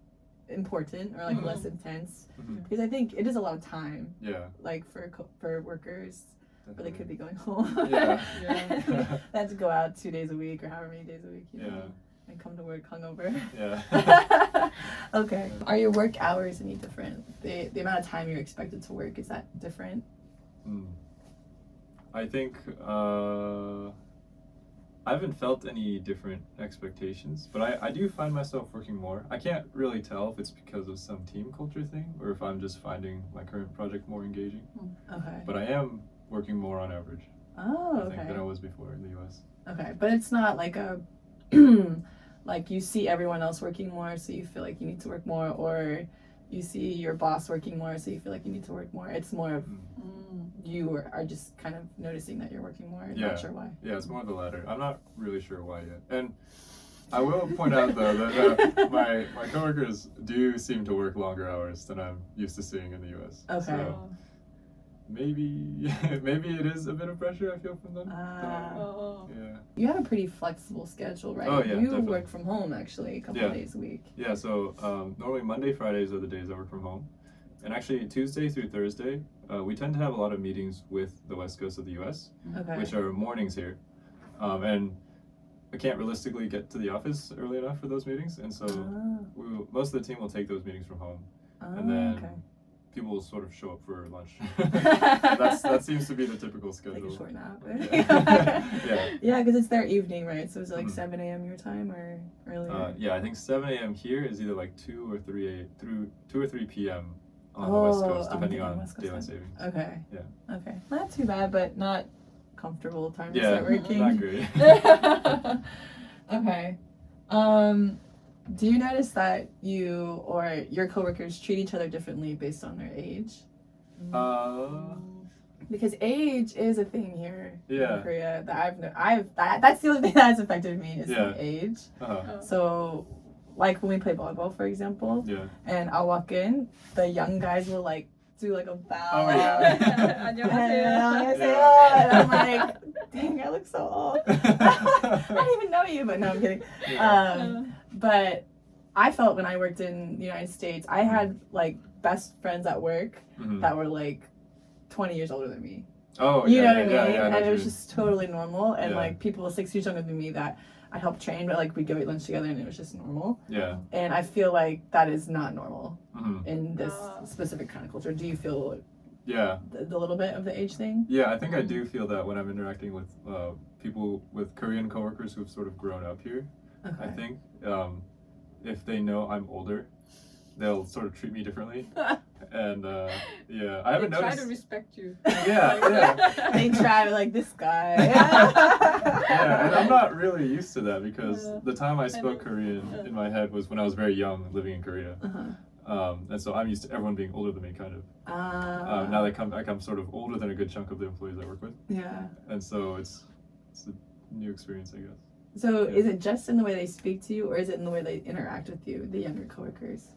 S2: important or like
S1: Mhm.
S2: less intense
S1: Mhm.
S2: because I think it is a lot of time,
S1: Yeah.
S2: like for co- for workers, where they
S1: definitely.
S2: could be going home.
S1: Yeah.
S3: Yeah.
S2: they have to go out two days a week or however many days a week. You
S1: yeah.
S2: Know, and come to work hungover.
S1: Yeah.
S2: okay. Are your work hours any different? The the amount of time you're expected to work is that different?
S1: Hmm. I think uh, I haven't felt any different expectations, but I, I do find myself working more. I can't really tell if it's because of some team culture thing or if I'm just finding my current project more engaging.
S2: Okay.
S1: But I am working more on average,
S2: Oh,
S1: I think,
S2: okay.
S1: than I was before in the US.
S2: Okay, but it's not like a like you see everyone else working more, so you feel like you need to work more, or you see your boss working more, so you feel like you need to work more. It's more of
S3: Mm.
S2: you are, are just kind of noticing that you're working more.
S1: Yeah.
S2: Not sure why.
S1: Yeah, it's more the latter. I'm not really sure why yet. And I will point out though that uh, my, my coworkers do seem to work longer hours than I'm used to seeing in the US.
S2: Okay.
S1: So-
S3: Oh,
S1: maybe maybe it is a bit of pressure I feel from them.
S2: Ah.
S3: Oh.
S1: Yeah.
S2: You have a pretty flexible schedule, right?
S1: Oh, yeah,
S2: you
S1: definitely.
S2: work from home actually a couple
S1: Yeah.
S2: of days a week.
S1: Yeah. So um, normally Monday, Fridays are the days I work from home, and actually Tuesday through Thursday, uh, we tend to have a lot of meetings with the West Coast of the U.S.,
S2: Okay.
S1: which are mornings here, um, and I can't realistically get to the office early enough for those meetings, and so
S2: Ah,
S1: we will, most of the team will take those meetings from home,
S2: ah,
S1: and then.
S2: okay.
S1: People will sort of show up for lunch. That's, that seems to be the typical
S2: Like a
S1: schedule.
S2: short nap.
S1: Yeah.
S2: yeah, because it's their evening, right? So is it like
S1: Mhm.
S2: seven a.m. your time or earlier?
S1: Uh, yeah, I think 7 a.m. here is either like 2 or 3 a, through 2 or 3 p.m. on the West
S2: Oh,
S1: Coast,
S2: I'm
S1: depending
S2: thinking
S1: on
S2: West Coast
S1: daylight
S2: time.
S1: savings.
S2: Okay.
S1: Yeah.
S2: Okay. Not too bad, but not comfortable times
S1: yeah,
S2: at working.
S1: not great.
S2: okay. Um, do you notice that you or your coworkers treat each other differently based on their age?
S1: uh,
S2: Because age is a thing here
S1: Yeah.
S2: in Korea that I've no- I've that, that's the only thing that's affected me is
S1: Yeah.
S2: my age.
S1: uh,
S2: So, like when we play volleyball, for example,
S1: yeah.
S2: and I'll walk in, the young guys will like do like a bow.
S1: Oh, yeah.
S2: And
S1: Yeah.
S2: I'm like, dang, I look so old. I
S1: yeah.
S2: don't even know you, but no, I'm kidding. Um, but I felt when I worked in the United States, I had like best friends at work
S1: Mhm.
S2: that were like 20 years older than me.
S1: Oh,
S2: you
S1: yeah,
S2: know
S1: yeah,
S2: what I mean?
S1: yeah, yeah, I know
S2: and it
S1: what
S2: was
S1: you mean.
S2: just totally normal. And
S1: Yeah.
S2: like people six years younger than me that I helped train, but like we'd go eat lunch together and it was just normal.
S1: Yeah.
S2: And I feel like that is not normal
S1: mhm.
S2: in this
S3: Ah.
S2: specific kind of culture. Do you feel
S1: Yeah.
S2: the, the little bit of the age thing?
S1: Yeah, I think I do feel that when I'm interacting with uh, people with Korean coworkers who've sort of grown up here. I
S2: Okay.
S1: think um, if they know I'm older, they'll sort of treat me differently. and uh, yeah, I haven't
S3: they
S1: noticed.
S3: Try to respect you.
S1: Yeah, yeah.
S2: they try like this guy.
S1: yeah, and I'm not really used to that because
S3: Yeah.
S1: the time I spoke
S3: know.
S1: Korean
S3: Yeah.
S1: in my head was when I was very young, living in Korea,
S2: Uh-huh.
S1: um, and so I'm used to everyone being older than me, kind of.
S2: Uh,
S1: Um, now they come, like I'm sort of older than a good chunk of the employees I work with,
S2: yeah.
S1: and so it's it's a new experience, I guess.
S2: So
S1: Yeah.
S2: is it just in the way they speak to you, or is it in the way they interact with you, the younger coworkers?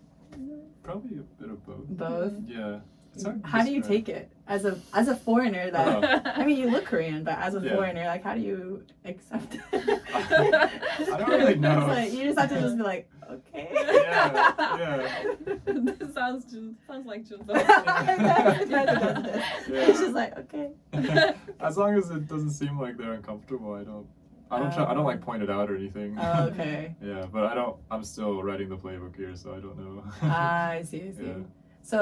S1: Probably a bit of both.
S2: Both.
S1: Yeah, It's hard to
S2: How do you
S1: describe.
S2: take it as a as a foreigner that I mean, you look Korean, but as a
S1: Yeah.
S2: foreigner, like, how do you accept it?
S1: I don't really know.
S2: It's like, you just have to just be like, okay.
S1: Yeah, yeah.
S3: that sounds Jun, sounds like Jun.
S2: That's- that's what it is. It's just like, okay.
S1: as long as it doesn't seem like they're uncomfortable, I don't. I don't. try, I don't like point it out or anything.
S2: Um. Oh, okay.
S1: yeah, but I don't. I'm still writing the playbook here, so I don't know.
S2: Ah, I see, I see.
S1: Yeah.
S2: So,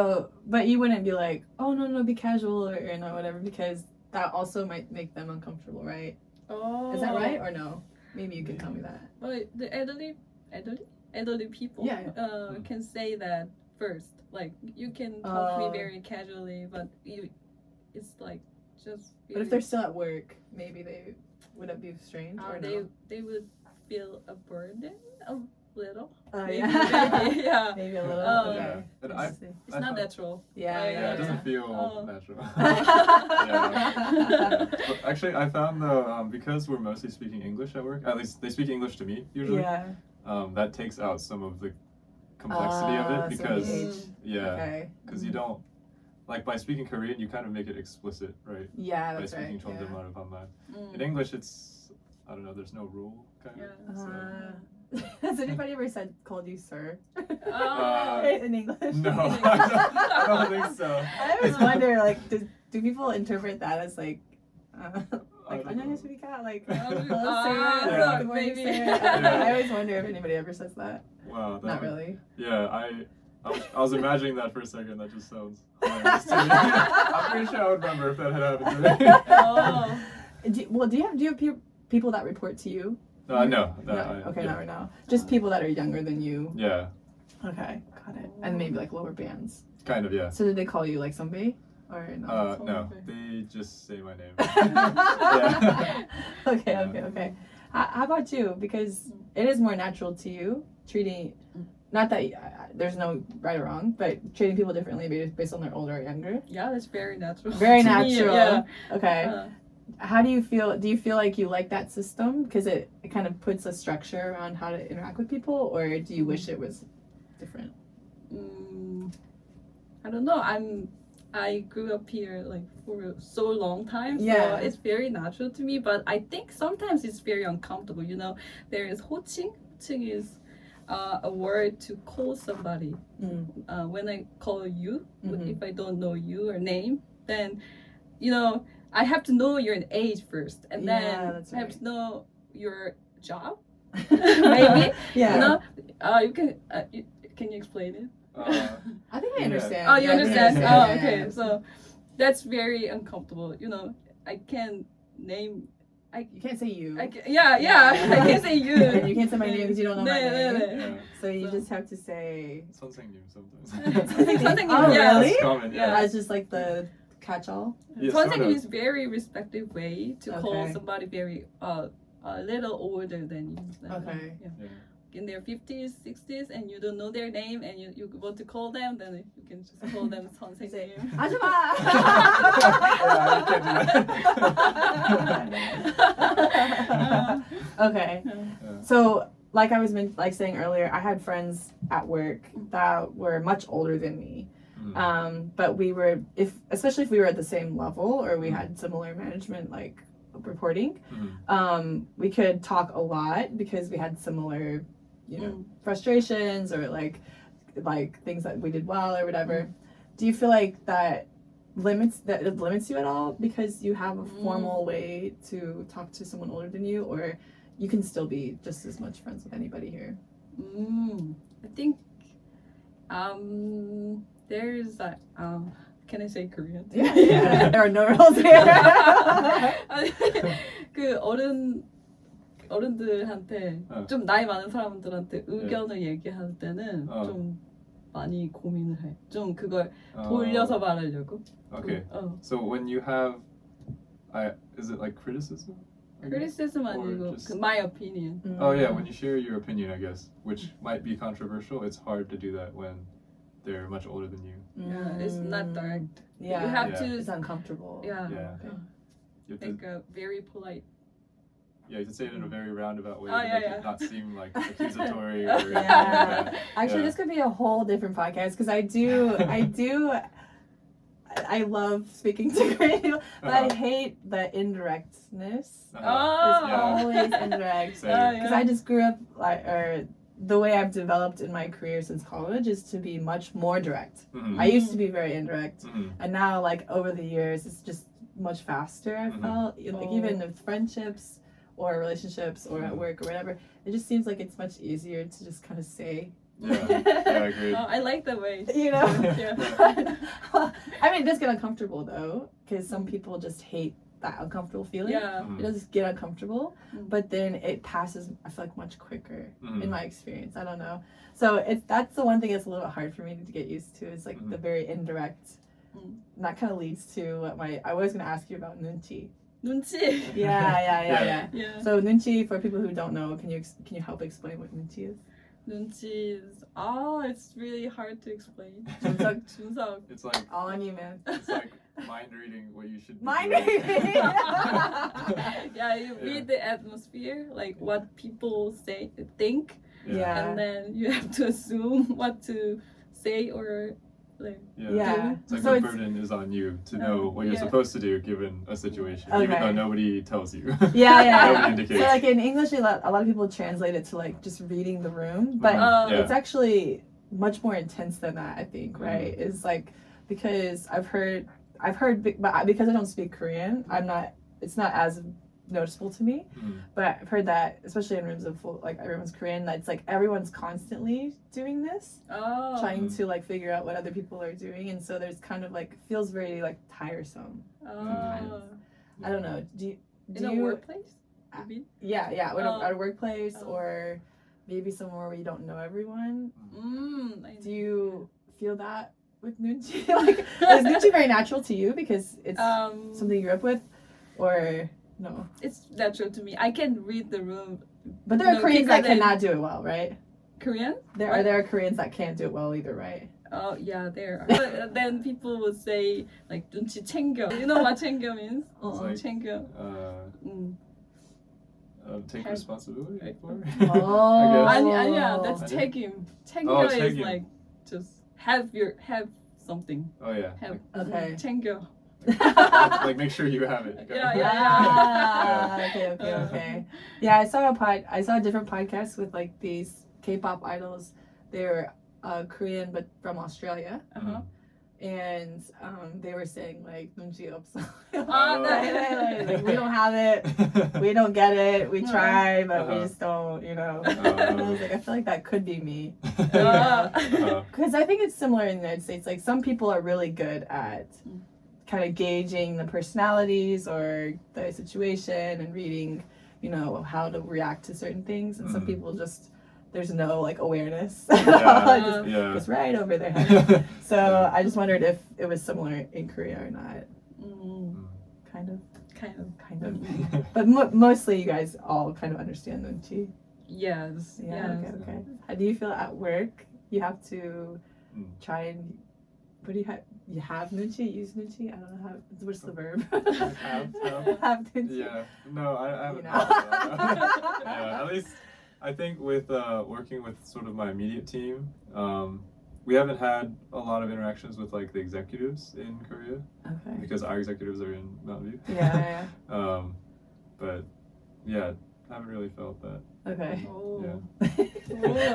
S2: but you wouldn't be like, oh, no, no, be casual or, or no, whatever, because that also might make them uncomfortable, right?
S3: oh,
S2: Is that right or no? Maybe you can tell me that.
S3: Well, the elderly, elderly, elderly people
S2: Yeah,
S3: Uh,
S1: Mm.
S3: can say that first. Like you can talk to
S2: Oh.
S3: me very casually, but you, it's like just.
S2: But if
S3: very-
S2: they're still at work, maybe they wouldn't be strange
S3: uh,
S2: or
S3: they
S2: no?
S3: they would feel a burden a little.
S2: Oh,
S3: Maybe-
S2: yeah.
S3: yeah.
S2: maybe a little.
S3: Oh,
S1: yeah,
S2: okay.
S1: and
S2: I
S1: I.
S2: see.
S3: It's
S1: I
S3: not
S1: thought-
S3: natural.
S2: Yeah,
S3: Yeah,
S1: Yeah,
S2: yeah,
S1: it doesn't feel
S3: Oh.
S1: natural.
S2: yeah.
S1: Yeah. But actually, I found though um, because we're mostly speaking English at work. At least they speak English to me usually.
S2: yeah.
S1: Um, that takes out some of the complexity
S2: Ah,
S1: of
S2: so
S1: it because
S2: you-
S3: Mm.
S1: yeah,
S2: Okay.
S1: because you don't like by speaking Korean, you kind of make it explicit, right?
S2: Yeah,
S1: by
S2: that's
S1: speaking
S2: right.
S1: Jeondae 말을 반말.
S3: Mm.
S1: In English, it's I don't know. There's no rule, kind
S3: Yeah.
S1: of. So.
S2: Yeah. Uh, has anybody ever said called you sir
S3: Oh.
S2: in English?
S1: Uh, no, I don't, I don't think so.
S2: I always wonder, like, do, do people interpret that as like, uh, like
S1: I don't know.
S2: 안녕하십니까, like
S1: Um,
S2: hello sir,
S3: ah,
S1: yeah.
S2: good morning
S3: maybe.
S2: sir. I don't know,
S1: Yeah.
S2: I always wonder if anybody ever says that.
S1: Wow, that
S2: Not
S1: would-
S2: really.
S1: Yeah, I, I was, I was imagining that for a second. That just sounds hilarious to me. I'm pretty sure I would remember if that had happened to me.
S3: Oh.
S2: Do, well, do you have do you have peop people that report to you?
S1: Uh, no, no,
S2: No,
S1: I,
S2: okay,
S1: yeah.
S2: not right now. Just people that are younger than you.
S1: Yeah,
S2: Okay, got it. And maybe like lower bands.
S1: kind of, yeah.
S2: So did they call you like somebody or no?
S1: Uh,
S3: That's
S1: no,
S3: okay.
S1: they just say my name.
S2: okay,
S1: Yeah. Yeah.
S2: okay, okay. How, how about you? Because it is more natural to you treating, not that y- uh, there's no right or wrong, but treating people differently based- based on their older or younger.
S3: Yeah, that's very natural.
S2: Very
S3: to me,
S2: natural.
S3: yeah.
S2: Okay.
S3: Uh,
S2: how do you feel? Do you feel like you like that system because it, it kind of puts a structure around how to interact with people, or do you wish it was different?
S3: mm, I don't know. I'm. I grew up here like for so long time, so
S2: Yeah.
S3: it's very natural to me. But I think sometimes it's very uncomfortable. You know, there is 호칭. 호칭 is uh, a word to call somebody.
S2: Mm.
S3: Uh, when I call you,
S2: Mhm.
S3: if I don't know you or name, then you know I have to know your age first, and
S2: Yeah,
S3: then
S2: that's
S3: I have
S2: right.
S3: to know your job. Maybe
S2: Yeah.
S3: no. Uh, you can. Uh, you, can you explain it?
S1: Uh,
S2: I think I
S1: Yeah.
S2: understand.
S3: Oh, you
S2: Yeah, I think I
S3: understand?
S1: yeah,
S3: Oh,
S1: yeah,
S3: okay. So that's very uncomfortable. You know, I can name.
S2: You can't say you.
S3: I can, yeah, yeah. I can say you.
S2: And you can't say my name because you don't know my
S3: No, no,
S2: name.
S3: no.
S1: yeah,
S2: So you
S3: So-
S2: just have to say.
S1: something new sometimes.
S3: Something
S2: Oh,
S3: is- yeah.
S2: really?
S1: That's common, yeah.
S2: As just like the catch-all.
S1: Yeah,
S3: Contact
S1: sort of.
S3: is very respective way to call
S2: Okay.
S3: somebody very uh a little older than you. than them.
S2: Okay.
S3: Yeah.
S1: Yeah.
S3: In their fifties, sixties, and you don't know their name, and you, you want to call them, then you can just call them
S2: Say,
S3: 선생님.
S1: Yeah,
S2: "아줌마!"
S1: you can't do
S3: that.
S2: Okay.
S1: Yeah.
S2: So, like I was men- like saying earlier, I had friends at work that were much older than me.
S1: Mm.
S3: Ah.
S2: Um, but we were, if especially if we were at the same level or
S3: Mm.
S2: we had similar management like reporting,
S1: Mhm.
S2: um, we could talk a lot because we had similar, you know,
S3: Mm.
S2: frustrations or like like things that we did well or whatever.
S3: Mm.
S2: Do you feel like that limits that it limits you at all because you have a
S3: Mm.
S2: formal way to talk to someone older than you or you can still be just as much friends with anybody here.
S3: Mm, I think um, there's a um, can I say Korean?
S1: yeah.
S2: there are no rules here.
S3: 아니, 그 어른 어른들한테
S1: 어. 네.
S3: 좀 나이 많은 사람들한테 의견을 얘기할 때는
S1: 어.
S3: 좀 많이 고민을 해. 좀 그걸
S1: Uh,
S3: 돌려서 말하려고.
S1: Okay,
S3: 그, 어.
S1: so when you have, I is it like criticism? I guess?
S3: criticism
S1: Or
S3: 아니고
S1: just-
S3: 그 my opinion.
S1: Oh
S2: Mm.
S1: yeah, when you share your opinion, I guess, which might be controversial, it's hard to do that when they're much older than you.
S3: Yeah, it's not direct.
S2: Mm, Yeah.
S3: You have
S1: Yeah.
S2: it's
S3: to
S2: uncomfortable.
S3: yeah,
S1: Yeah. You have to,
S3: like a very polite.
S1: yeah, you can say it in a very roundabout way
S3: Oh,
S1: to
S3: yeah,
S1: make
S3: yeah.
S1: it not seem like accusatory or anything like
S2: Yeah.
S1: that.
S2: Actually,
S1: Yeah.
S2: this could be a whole different podcast because I do, I do I I love speaking to creative people, but I hate the indirectness.
S1: Uh-huh.
S3: Oh.
S2: It's
S1: Yeah.
S2: always indirect.
S1: Same. Oh,
S2: Because I just grew up, like, or the way I've developed in my career since college is to be much more direct.
S1: Mhm,
S2: I used to be very indirect,
S1: mhm,
S2: and now, like, over the years, it's just much faster. I
S1: Mhm.
S2: felt like
S3: Oh.
S2: even with friendships or relationships or at
S1: Mhm.
S2: work or whatever, it just seems like it's much easier to just kind of say,
S1: Yeah. Yeah, I agree.
S3: Oh, I like the way.
S2: you know.
S1: Yeah.
S2: I mean, it does get uncomfortable though, because some people just hate that uncomfortable feeling.
S3: Yeah.
S2: It
S1: mhm,
S2: does get uncomfortable,
S3: Mm.
S2: but then it passes. I feel like much quicker
S1: mhm.
S2: in my experience. I don't know. So it's that's the one thing that's a little bit hard for me to get used to. Is like the very indirect.
S3: Mm.
S2: And that kind of leads to what my I was going to ask you about nunchi.
S3: 눈치.
S2: Yeah, yeah, yeah, yeah.
S1: Yeah.
S3: Yeah.
S2: So nunchi for people who don't know, can you ex- can you help explain what nunchi is?
S3: 눈치 is oh, it's really hard to explain.
S2: Junseok.
S3: 준석.
S1: It's like
S2: All on you, man.
S1: it's like mind reading what you should be
S2: Mind
S1: doing.
S2: reading.
S1: yeah.
S3: yeah, you read the atmosphere, like what people say, think,
S1: Yeah.
S2: Yeah.
S3: and then you have to assume what to say or like.
S2: Yeah.
S1: It's like
S2: So
S1: the
S2: it's-
S1: burden is on you to know what you're
S3: Yeah.
S1: supposed to do given a situation, even
S2: Okay.
S1: though nobody tells you.
S2: Yeah, yeah.
S1: Nobody
S2: yeah.
S1: indicates.
S2: So like in English, a lot, a lot of people translate it to like just reading the room, but
S3: uh,
S1: yeah.
S2: it's actually much more intense than that. I think
S3: Mm-hmm.
S2: right is like because I've heard I've heard be- but I- because I don't speak Korean, I'm not. It's not as noticeable to me,
S1: Mhm.
S2: but I've heard that especially in rooms of full, like everyone's Korean, that it's like everyone's constantly doing this,
S3: Oh.
S2: trying
S1: Mhm.
S2: to like figure out what other people are doing, and so there's kind of like feels very like tiresome.
S3: Oh.
S2: I don't know. Do you,
S3: In
S2: do
S3: a
S2: you Ah.
S3: workplace? Maybe?
S2: Yeah, yeah, at,
S3: Um,
S2: a, at a workplace
S3: um,
S2: or maybe somewhere where you don't know everyone.
S3: Mm, I
S2: Do
S3: know.
S2: you feel that with Nunchi? like, is Nunchi very natural to you because it's
S3: um,
S2: something you grew up with, or no?
S3: It's natural to me. I can read the room.
S2: But there are
S3: No,
S2: Koreans
S3: because
S2: that
S3: I-
S2: cannot do it well, right?
S3: Korean?
S2: There are there are Koreans that can't do it well either, right?
S3: Oh yeah, there. Are. But then people would say like 눈치 챙겨. You know what 챙겨 means?
S1: It's
S3: Oh,
S1: like-
S3: 챙겨.
S1: Uh,
S3: Mm.
S1: uh, take
S3: Have-
S1: responsibility
S3: Right.
S1: for.
S2: Oh.
S1: I guess.
S3: 아니 아니야, uh, that's
S1: 아니야?
S3: taking. 챙겨
S1: Oh,
S3: is
S1: 책임.
S3: like just have your have something.
S1: Oh yeah.
S3: Have mm,
S2: Okay.
S3: 챙겨.
S2: Oh.
S1: Like, like make sure you have it.
S3: Yeah, yeah,
S1: Yeah.
S2: Ah,
S1: Uh-huh.
S2: okay, okay,
S3: Uh.
S2: okay. Yeah, I saw a pod. I saw a different podcast with like these K-pop idols. They're uh, Korean but from Australia.
S3: Uh-huh.
S2: and um, they were saying like "눈치 없어."
S3: Oh,
S1: no.
S2: Like, we don't have it. We don't get it. We
S3: Uh-huh.
S2: try, but we
S1: Uh-huh.
S2: just don't. You know. And I
S1: Uh-huh.
S2: was like, I feel like that could be me
S3: Uh,
S1: Uh-huh.
S2: because I think it's similar in the United States. Like some people are really good at
S3: Mm.
S2: kind of gauging the personalities or the situation and reading, you know, how to react to certain things, and some
S1: Mm.
S2: people just there's no like awareness.
S1: Yeah.
S2: just,
S1: Yeah.
S2: just right over their head.
S1: Yeah.
S2: So I just wondered if it was similar in Korea or not.
S3: mm,
S2: Kind of,
S3: kind of.
S2: kind of. But mo- mostly you guys all kind of understand them too.
S3: Yes.
S2: Yeah. Okay.
S3: yes.
S2: Okay. How do you feel at work? You have to
S1: Mm.
S2: try and. What do you have? You have nunchi, use nunchi. I don't know how. What's the verb?
S1: Have, have.
S2: have nunchi.
S1: Yeah. No, I, I
S2: You
S1: haven't.
S2: know.
S1: yeah, at least I think with uh, working with sort of my immediate team, um, we haven't had a lot of interactions with like the executives in Korea
S2: Okay.
S1: because our executives are in Mountain View.
S2: Yeah.
S1: um, but yeah, haven't really felt that.
S2: yeah, Okay.
S3: Oh.
S1: Yeah.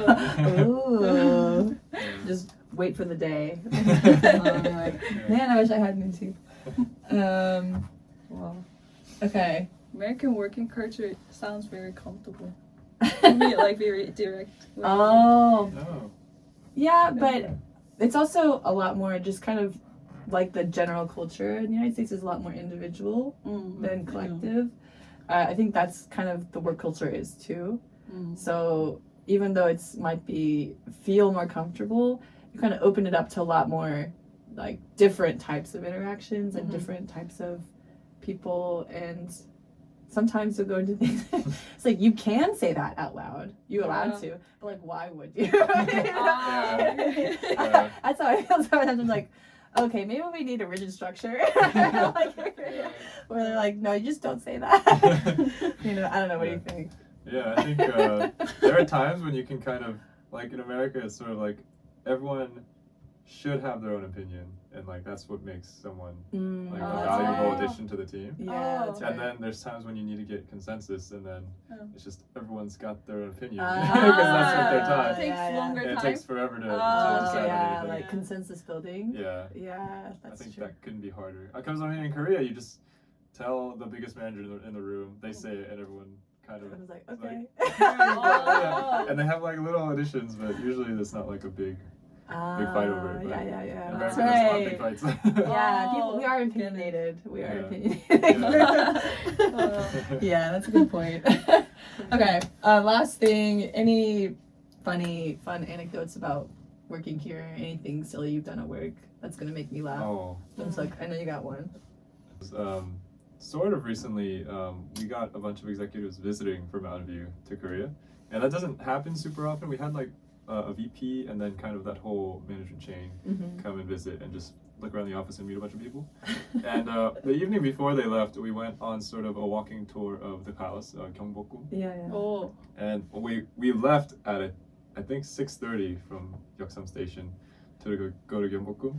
S2: Ooh.
S1: Yeah.
S2: Just wait for the day. Oh
S1: Yeah.
S2: Man, I wish I had nunchi. Um.
S3: Wow.
S2: Okay.
S3: American working culture sounds very comfortable. To me, like very direct.
S2: Oh,
S1: No.
S2: yeah, but it's also a lot more just kind of like the general culture in the United States is a lot more individual
S3: Mm,
S2: than collective. Uh, I think that's kind of the work culture is too.
S3: mm.
S2: So even though it's might be feel more comfortable, you kind of open it up to a lot more like different types of interactions and
S3: Mhm.
S2: different types of people and sometimes you'll go into things it's like you can say that out loud you're allowed to but like why would you
S3: Ah. Yeah.
S1: Yeah.
S2: that's how i feel sometimes i'm like okay maybe we need a rigid structure like,
S1: Yeah.
S2: where they're like no you just don't say that you know i don't know what do you think
S1: Yeah, I think uh, there are times when you can kind of like in America, it's sort of like everyone should have their own opinion, and like that's what makes someone
S2: Mm.
S1: like
S3: Oh,
S1: a
S3: that's
S1: valuable
S3: right.
S1: addition to the team.
S2: Yeah,
S3: Oh.
S2: that's right.
S1: And then there's times when you need to get consensus, and then
S3: Oh.
S1: it's just everyone's got their own opinion
S2: Ah.
S1: because that's what they're
S2: Uh,
S1: taught.
S3: It takes
S2: yeah, yeah.
S3: longer
S1: And it
S3: Ah. time.
S1: takes forever to, to
S3: Oh,
S1: decide
S2: okay, yeah,
S1: anything.
S2: like consensus building.
S1: yeah,
S2: Yeah, that's
S1: I think
S2: true.
S1: that couldn't be harder. Because I mean, in Korea, you just tell the biggest manager in the, in the room,
S2: Mm.
S1: they say it, and everyone kind of.
S2: Everyone's like,
S1: It's
S2: okay.
S1: yeah.
S3: Oh.
S1: And they have like little additions, but usually it's not like a big.
S2: Ah,
S1: fight over it,
S2: Yeah,
S1: but
S2: yeah, yeah.
S1: America
S2: That's
S1: doesn't have big
S2: right.
S1: fights.
S2: Yeah, people, we
S3: Oh,
S2: are
S3: goodness.
S2: opinionated. We are
S1: Yeah.
S2: opinionated. Uh,
S3: Oh.
S2: yeah, that's a good point. okay, uh, last thing. Any funny, fun anecdotes about working here? Anything silly you've done at work that's gonna make me laugh?
S1: oh.
S2: I'm just like, I know you got one.
S1: Um, sort of recently, um, we got a bunch of executives visiting from Mountain View to Korea, and that doesn't happen super often. We had like uh, a VP and then kind of that whole management chain
S2: Mm-hmm.
S1: come and visit and just look around the office and meet a bunch of people. And uh, the evening before they left, we went on sort of a walking tour of the palace, uh, Gyeongbokgung,
S2: yeah, yeah.
S3: Oh.
S1: and we we left at a, I think 6:30 from Gyeongsam Station to go, go to Gyeongbokgung,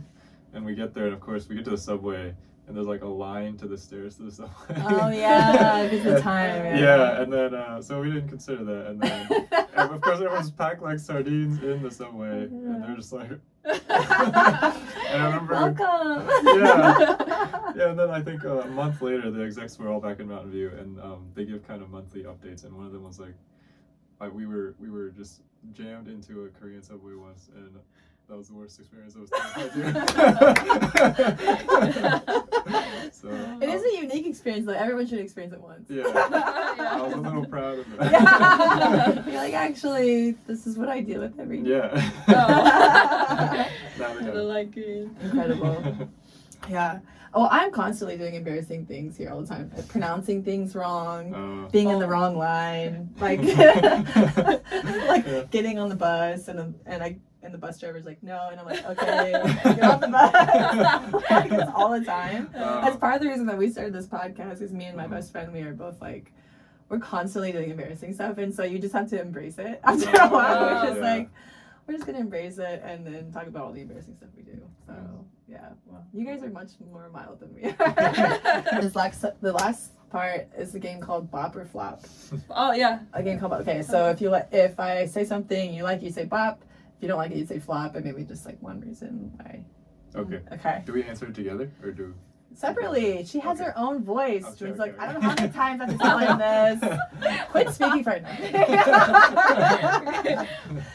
S1: and we get there and of course we get to the subway and there's like a line to the stairs to the subway.
S2: Oh yeah, because the
S1: And-
S2: time.
S1: Yeah, and then uh, so we didn't consider that, and then and of course everyone's packed like sardines in the subway, and they're just like, and I remember
S2: Welcome.
S1: Yeah. yeah, and then I think uh, a month later, the execs were all back in Mountain View, and um, they give kind of monthly updates. And one of them was like, I, "We were we were just jammed into a Korean subway once, and that was the worst experience I was ever." so
S2: It
S1: um,
S2: is a unique experience though. Everyone should experience it once.
S1: Yeah. I was a
S3: Yeah.
S1: little proud of
S2: Yeah.
S1: that.
S2: You're like, actually, this is what I deal with every day.
S1: yeah.
S3: Oh.
S1: Now
S3: I
S1: we know.
S3: don't like it.
S2: Incredible. Yeah. Oh, I'm constantly doing embarrassing things here all the time. Like, pronouncing things wrong,
S1: Uh,
S2: being in the
S3: Oh.
S2: wrong line, like like
S1: Yeah.
S2: getting on the bus and and I and the bus driver's like, "No." And I'm like, "Okay, get off the bus." like it's all the time.
S1: Wow.
S2: That's part of the reason that we started this podcast is me and my
S1: Mhm.
S2: best friend, we are both like we're constantly doing embarrassing stuff and so you just have to embrace it. After a
S1: Yeah.
S2: while, we're just
S1: Yeah.
S2: like we're just gonna embrace it and then talk about all the embarrassing stuff we do. So yeah, well, you guys are much more mild than we are. this last, the last part is a game called Bop or Flop.
S3: Oh yeah.
S2: A game called Bop. Okay, so if you like, if I say something you like, you say Bop. If you don't like it, you say Flop, and maybe just like one reason why.
S1: okay.
S2: Okay.
S1: Do we answer together or do?
S2: Separately, she has her own voice.
S1: Okay,
S2: She's
S1: okay,
S2: like,
S1: okay.
S2: I don't know how many times I have to tell him this. Quit speaking for now.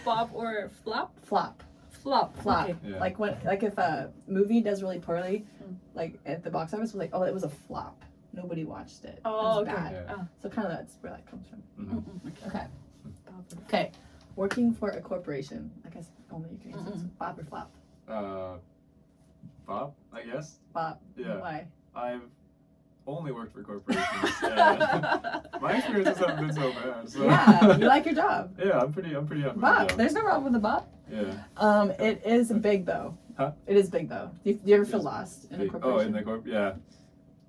S3: Bob or flop?
S2: Flop.
S3: Flop.
S2: flop.
S3: Okay.
S1: Yeah.
S2: Like what? Like if a movie does really poorly,
S3: Mm.
S2: like at the box office, we're like, oh, it was a flop. Nobody watched it.
S3: Oh, mm,
S2: it was
S3: okay.
S2: bad.
S1: Yeah.
S2: So kind of that's where that comes from.
S1: Mhm.
S2: Okay.
S3: Bob or-
S2: Okay. Working for a corporation. I guess only you can use this.
S3: Mm-mm.
S2: Bop or flop.
S1: Uh, Bob, I guess.
S2: Bop.
S1: Yeah.
S2: Why?
S1: I've only worked for corporations. and my experiences haven't been so bad. So.
S2: yeah, you like your job.
S1: Yeah, I'm pretty. I'm pretty up. with
S2: Bop.
S1: the job.
S2: There's no problem with the bop.
S1: Yeah.
S2: Um, it is big though.
S1: Huh?
S2: It is big though. Do you, do you ever feel
S1: It's
S2: lost in a
S1: The- oh, in
S2: corporation?
S1: the corp. Yeah.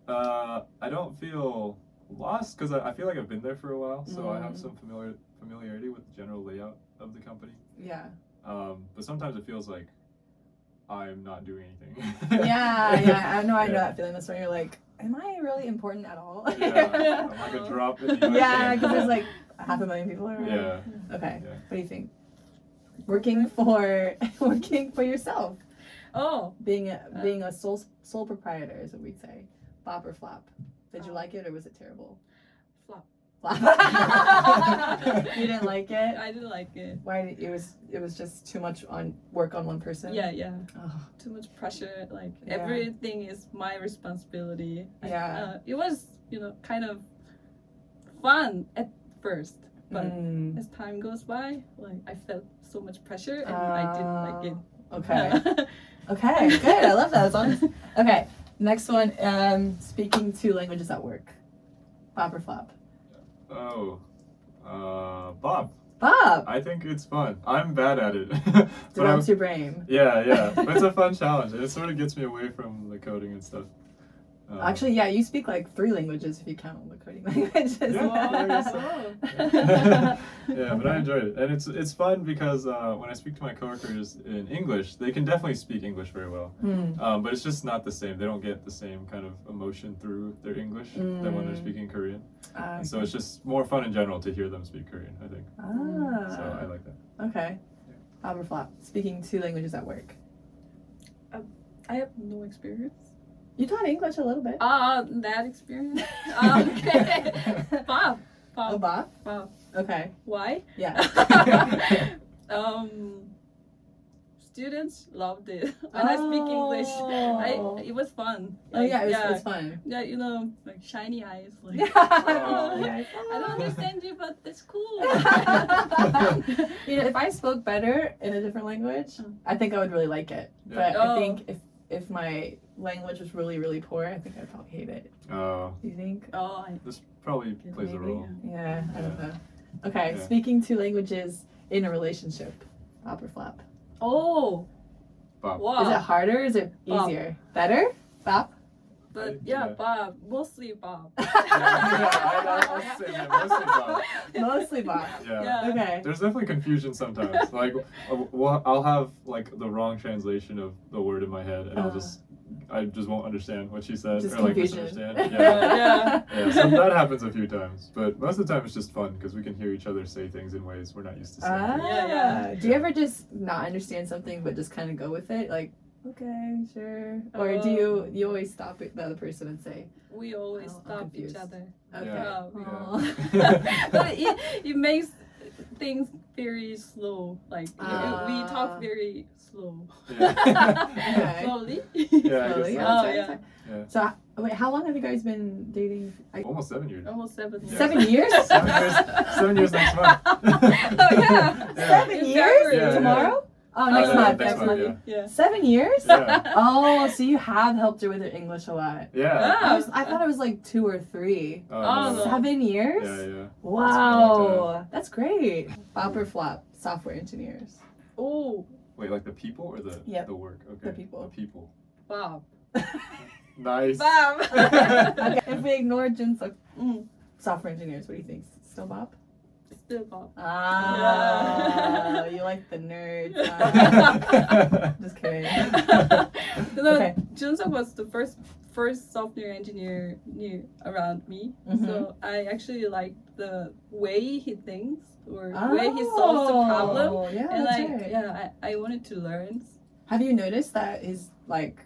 S1: Uh, I don't feel lost because I, I feel like I've been there for a while, so I have
S2: Mm.
S1: some familiar familiarity with the general layout of the company.
S2: yeah.
S1: Um, but sometimes it feels like I'm not doing anything.
S2: Yeah, yeah. I know. I know
S1: Yeah.
S2: that feeling. That's when you're like, am I really important at all?
S1: Yeah, I'm like a drop in the ocean.
S2: Yeah, because there's like half a million people. Around.
S1: Yeah.
S2: Okay.
S1: Yeah.
S2: What do you think? Working for working for yourself,
S3: Oh.
S2: being a
S1: Uh.
S2: being a sole sole proprietor is what we'd say. Bop or flop. Did you
S3: Oh.
S2: like it or was it terrible?
S3: Flop.
S2: Flop. you didn't like it.
S3: I didn't like it.
S2: Why did it was it was just too much on work on one person?
S3: Yeah, yeah.
S2: Oh,
S3: Too much pressure. Like
S2: Yeah.
S3: everything is my responsibility. I-
S2: Yeah.
S3: uh, it was, you know, kind of fun at first, but
S2: mm,
S3: as time goes by, like I felt so much pressure and I didn't
S2: Ah, okay.
S3: like it.
S2: Okay, good. I love that. That's honest. Okay, next one. Um, speaking two languages at work. Bob or flop?
S1: Oh. Uh, Bob,
S2: Bob.
S1: I think it's fun. I'm bad at it. but I'm,
S2: Develop your brain.
S1: yeah, yeah. But it's a fun challenge. and It sort of gets me away from the coding and stuff. Um,
S2: Actually, yeah, you speak like three languages if you count all the coding languages.
S1: Yeah, I guess so. yeah, but I enjoyed it, and it's it's fun because uh, when I speak to my coworkers in English, they can definitely speak English very well,
S2: Hmm.
S1: um, but it's just not the same. They don't get the same kind of emotion through their English than when they're
S2: Mm.
S1: speaking Korean.
S2: Ah,
S1: And so it's just more fun in general to hear them speak Korean. I think
S2: Ah.
S1: so. I like that.
S2: okay. Albert Flop, speaking two languages at work.
S3: I have no experience.
S2: You taught English a little bit.
S3: Ah, that experience. Ah, okay. Bob.
S2: Oh,
S3: Bob.
S2: Bob?
S3: Bob.
S2: Okay.
S3: Why?
S2: Yeah.
S3: um, students loved it when I speak English.
S2: Oh.
S3: I, it was fun.
S2: Oh, yeah, it was,
S3: yeah,
S2: it's fun.
S3: yeah, you know, like shiny eyes. Like
S2: Yeah.
S3: Oh. I don't understand you, but that's cool.
S2: you know, if I spoke better in a different language,
S3: Mm.
S2: I think I would really like it. But
S1: Yeah.
S2: I
S3: Oh.
S2: think if if my language was really really poor, I think I'd probably hate it.
S1: Uh,
S2: Do you think?
S3: oh, I,
S1: this probably plays a
S3: maybe,
S1: role.
S2: Yeah, I don't know. Okay,
S1: Yeah.
S2: speaking two languages in a relationship, flop or flop.
S3: Oh,
S1: Bob.
S2: Is it
S3: wow.
S2: harder? Or is it
S3: Bop.
S2: easier? Better? Bop.
S3: But yeah,
S1: Yeah.
S3: Bob, mostly Bob.
S1: yeah, I, I was saying that, mostly Bob.
S2: Mostly bop.
S1: yeah.
S3: Yeah.
S2: Okay.
S1: There's definitely confusion sometimes. like, uh, wha- I'll have like the wrong translation of the word in my head, and I'll
S2: Uh.
S1: just, I just won't understand what she said,
S2: Just
S1: or like
S2: confusion.
S1: misunderstand. Yeah.
S3: Yeah,
S1: yeah. So that happens a few times, but most of the time it's just fun because we can hear each other say things in ways we're not used to saying.
S2: Ah,
S1: things.
S3: Yeah, yeah.
S2: Do you ever just not understand something but just kind of go with it? Like, okay, sure. Or do
S1: Oh.
S2: you you always stop it- the other person and say,
S3: We always
S2: Oh, I'm
S3: stop each
S2: confused.
S3: other.
S2: okay.
S1: Yeah. Oh,
S3: Yeah. Oh.
S1: Yeah.
S3: but it, it makes things very slow. Like we- we
S2: Ah.
S3: talk very slow.
S1: Yeah.
S2: Okay.
S3: Slowly.
S1: Yeah, I guess
S2: Slowly?
S1: so.
S2: Oh,
S3: Oh,
S2: sorry,
S3: yeah.
S2: sorry.
S1: Yeah.
S2: So, h- wait, how long have you guys been dating? I,
S1: Almost seven years.
S2: Oh,
S3: Almost seven years.
S2: Seven years?
S1: Seven years. Seven years next month.
S3: oh yeah.
S1: Yeah.
S3: In February.
S1: Yeah, yeah.
S2: Tomorrow? Oh, next
S1: yeah,
S2: month.
S1: Uh, next
S2: Next month.
S1: month,
S3: Yeah.
S2: Seven years?
S1: Yeah.
S2: Oh, so you have helped her with her English a lot.
S1: Yeah.
S2: I, was, I thought it was like two or three.
S1: Oh,
S3: Oh,
S1: no.
S2: Ah, Seven years?
S1: Yeah, yeah.
S2: Wow, that's great. Bop or flop, software engineers.
S3: Oh
S1: Wait, like the people or the
S2: Yep.
S1: the work? Okay.
S2: The people.
S1: The people.
S3: Bob.
S1: Nice.
S3: Bob.
S2: Okay, if we ignore Jin's like,
S3: Mm,
S2: software engineers, what do you think? Still Bop?
S3: still Bob.
S2: Ah,
S3: Yeah.
S2: Oh, you like the nerd. side.
S1: yeah.
S2: Just kidding.
S3: no,
S2: Okay.
S3: Junseok was the first first software engineer new around me.
S2: Mhm.
S3: So I actually like the way he thinks or way he solves the problem.
S2: Oh, Yeah,
S3: and
S2: that's
S3: like
S2: right.
S3: yeah, I, I wanted to learn.
S2: Have you noticed that his like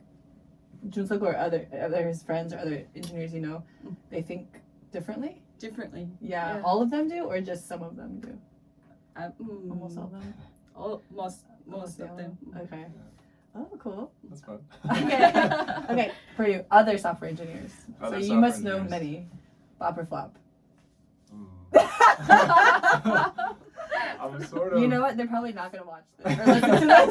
S2: Junsook or other other his friends or other engineers you know, they think differently?
S3: differently.
S2: Yeah,
S3: Yeah.
S2: all of them do, or just some of them do?
S3: I, mm,
S2: Almost all of them.
S3: all- Oh, most most
S2: Almost all
S3: of them.
S2: Okay. Oh, cool.
S1: That's fun.
S2: Okay. Okay, for you, other software engineers.
S1: Other
S2: so you
S1: software
S2: must know
S1: engineers.
S2: many. Bop or flop.
S1: Mm. I'm sort of.
S2: you know what? They're probably not gonna watch this or listen to this.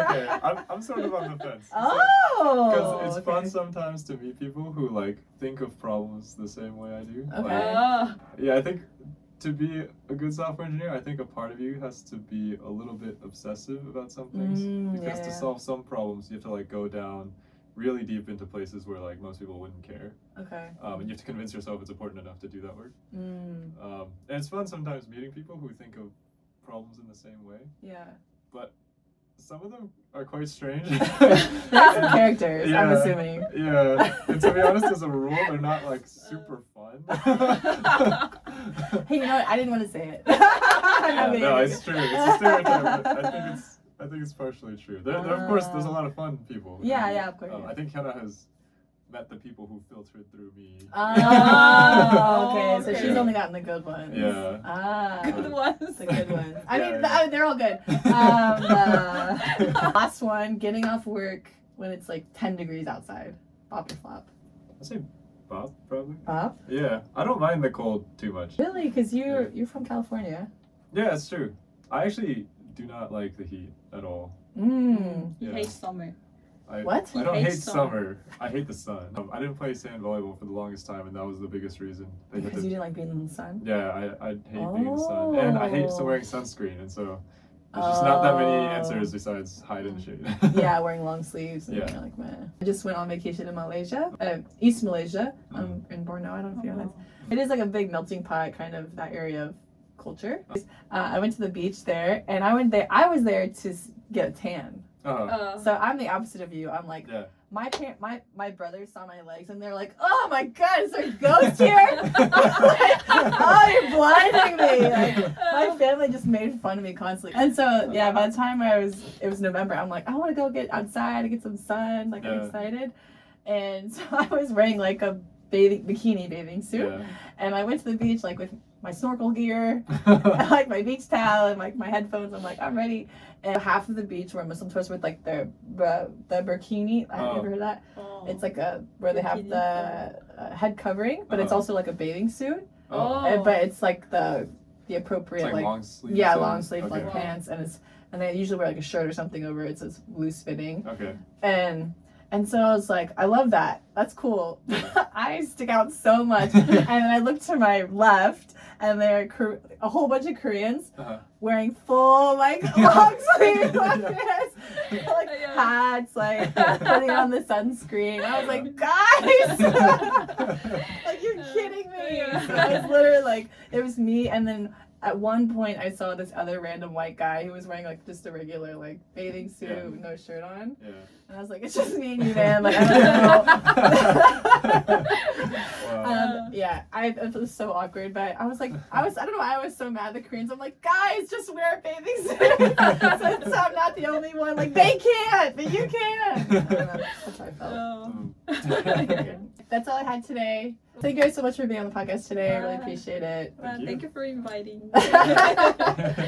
S1: okay, I'm, I'm sort of on the fence.
S2: oh.
S1: Because it's fun
S2: okay.
S1: sometimes to meet people who like think of problems the same way I do.
S2: Okay.
S1: Like,
S3: Ah,
S1: yeah, I think to be a good software engineer, I think a part of you has to be a little bit obsessive about some things.
S2: Mm,
S1: because
S2: yeah,
S1: to
S2: yeah.
S1: solve some problems, you have to like go down really deep into places where like most people wouldn't care.
S2: Okay.
S1: Um, and you have to convince yourself it's important enough to do that work.
S2: Mm,
S1: Um, and it's fun sometimes meeting people who think of problems in the same way.
S2: yeah.
S1: Some of them are quite strange.
S2: They have some characters. I'm
S1: Yeah.
S2: assuming.
S1: Yeah, and to be honest, as a rule, they're not like super fun.
S2: Hey, you know what? I didn't want to say it. I'm
S1: Yeah,
S2: not
S1: no,
S2: kidding.
S1: it's true. It's a stereotype. but I think it's I think it's partially true. There, there- of course, there's a
S2: Ah.
S1: lot of fun people.
S2: Yeah,
S1: and,
S2: yeah, of course.
S1: um, I think Hannah has met the people who filtered through me.
S2: Oh, okay. So
S3: Okay.
S2: she's only gotten the good ones.
S1: Yeah.
S2: Ah.
S3: good ones.
S2: The good ones. I
S1: Yeah,
S2: mean,
S1: yeah.
S2: th- they're all good. Um, uh, last one, getting off work when it's like 10 degrees outside. Bop or flop.
S1: I say Bob probably.
S2: Bop?
S1: Yeah, I don't mind the cold too much.
S2: Really? Because you're, you're from California.
S1: Yeah, it's true. I actually do not like the heat at all.
S2: Mm.
S3: He
S1: Yeah.
S3: hates summer.
S1: I,
S2: What?
S1: I don't
S3: He
S1: hate
S3: hates
S1: summer. I hate the sun. Um, I didn't play sand volleyball for the longest time, and that was the biggest reason. They had
S2: Because you
S1: to,
S2: didn't like being in the sun?
S1: yeah, I, I hate being in the sun, and I hate so
S2: Oh.
S1: wearing sunscreen, and so There's just not that many
S2: Oh.
S1: answers besides hide in the shade.
S2: yeah, wearing long sleeves. And
S1: Yeah.
S2: you're like, man. I just went on vacation in Malaysia, uh, East Malaysia, um,
S1: Mm-hmm.
S2: in Borneo. I don't know if you know that. It is like a big melting pot, kind of that area of culture. Uh, I went to the beach there, and I went there. I was there to s- get a tan.
S1: Oh,
S3: Uh,
S2: So I'm the opposite of you. I'm like,
S1: yeah.
S2: my parent, my my brothers saw my legs, and they're like, oh my god, is there a ghost here? Like,
S3: Uh.
S2: oh, you're blinding me. Like, my family just made fun of me constantly. And so yeah, by the time I was it was November, I'm like, I wanna go get outside and get some sun, like I'm
S1: Yeah.
S2: excited. And so I was wearing like a bathing bikini bathing suit.
S1: yeah.
S2: And I went to the beach like with my snorkel gear,
S1: yeah.
S2: like my beach towel and like my headphones. I'm like, I'm ready. And half of the beach were Muslim tourists with like their the burkini. Have
S1: Oh.
S2: you ever heard of that?
S3: oh.
S2: It's like a where they have
S3: Burkini,
S2: the uh, head covering, but it's
S1: Uh-huh.
S2: also like a bathing suit.
S1: Oh,
S2: Uh, But it's like the the appropriate
S1: it's like,
S2: like
S1: long sleeve.
S2: yeah, long sleeve
S1: okay.
S2: like
S3: Wow.
S2: pants, and it's and they usually wear like a shirt or something over it, so it's loose fitting.
S1: Okay.
S2: And and so I was like, I love that. That's cool. I stick out so much. and then I look to my left, and there are Kor- a whole bunch of Koreans
S1: Uh-huh.
S2: wearing full like long sleeve like this, like
S3: Yeah.
S2: hats, like putting on the sunscreen. I was like, guys.
S1: Uh-huh.
S2: Like you're
S3: Uh,
S2: kidding me.
S3: yeah.
S2: So I was literally like, it was me, and then at one point I saw this other random white guy who was wearing like just a regular like bathing suit,
S1: Yeah.
S2: with no shirt on,
S1: yeah.
S2: and I was like, it's just me and you, man. Like I don't know.
S1: Wow.
S2: Um, yeah, I it was so awkward, but I was like, I was, I don't know, why I was so mad at the Koreans. I'm like, guys, just wear a bathing suit. so, so I'm not the only one. Like they can't, but you can. I don't know. That's how I felt.
S3: Oh.
S1: Mm.
S2: That's all I had today. Thank you guys so much for being on the podcast today. I really appreciate it.
S3: Well,
S1: you.
S3: thank you for inviting.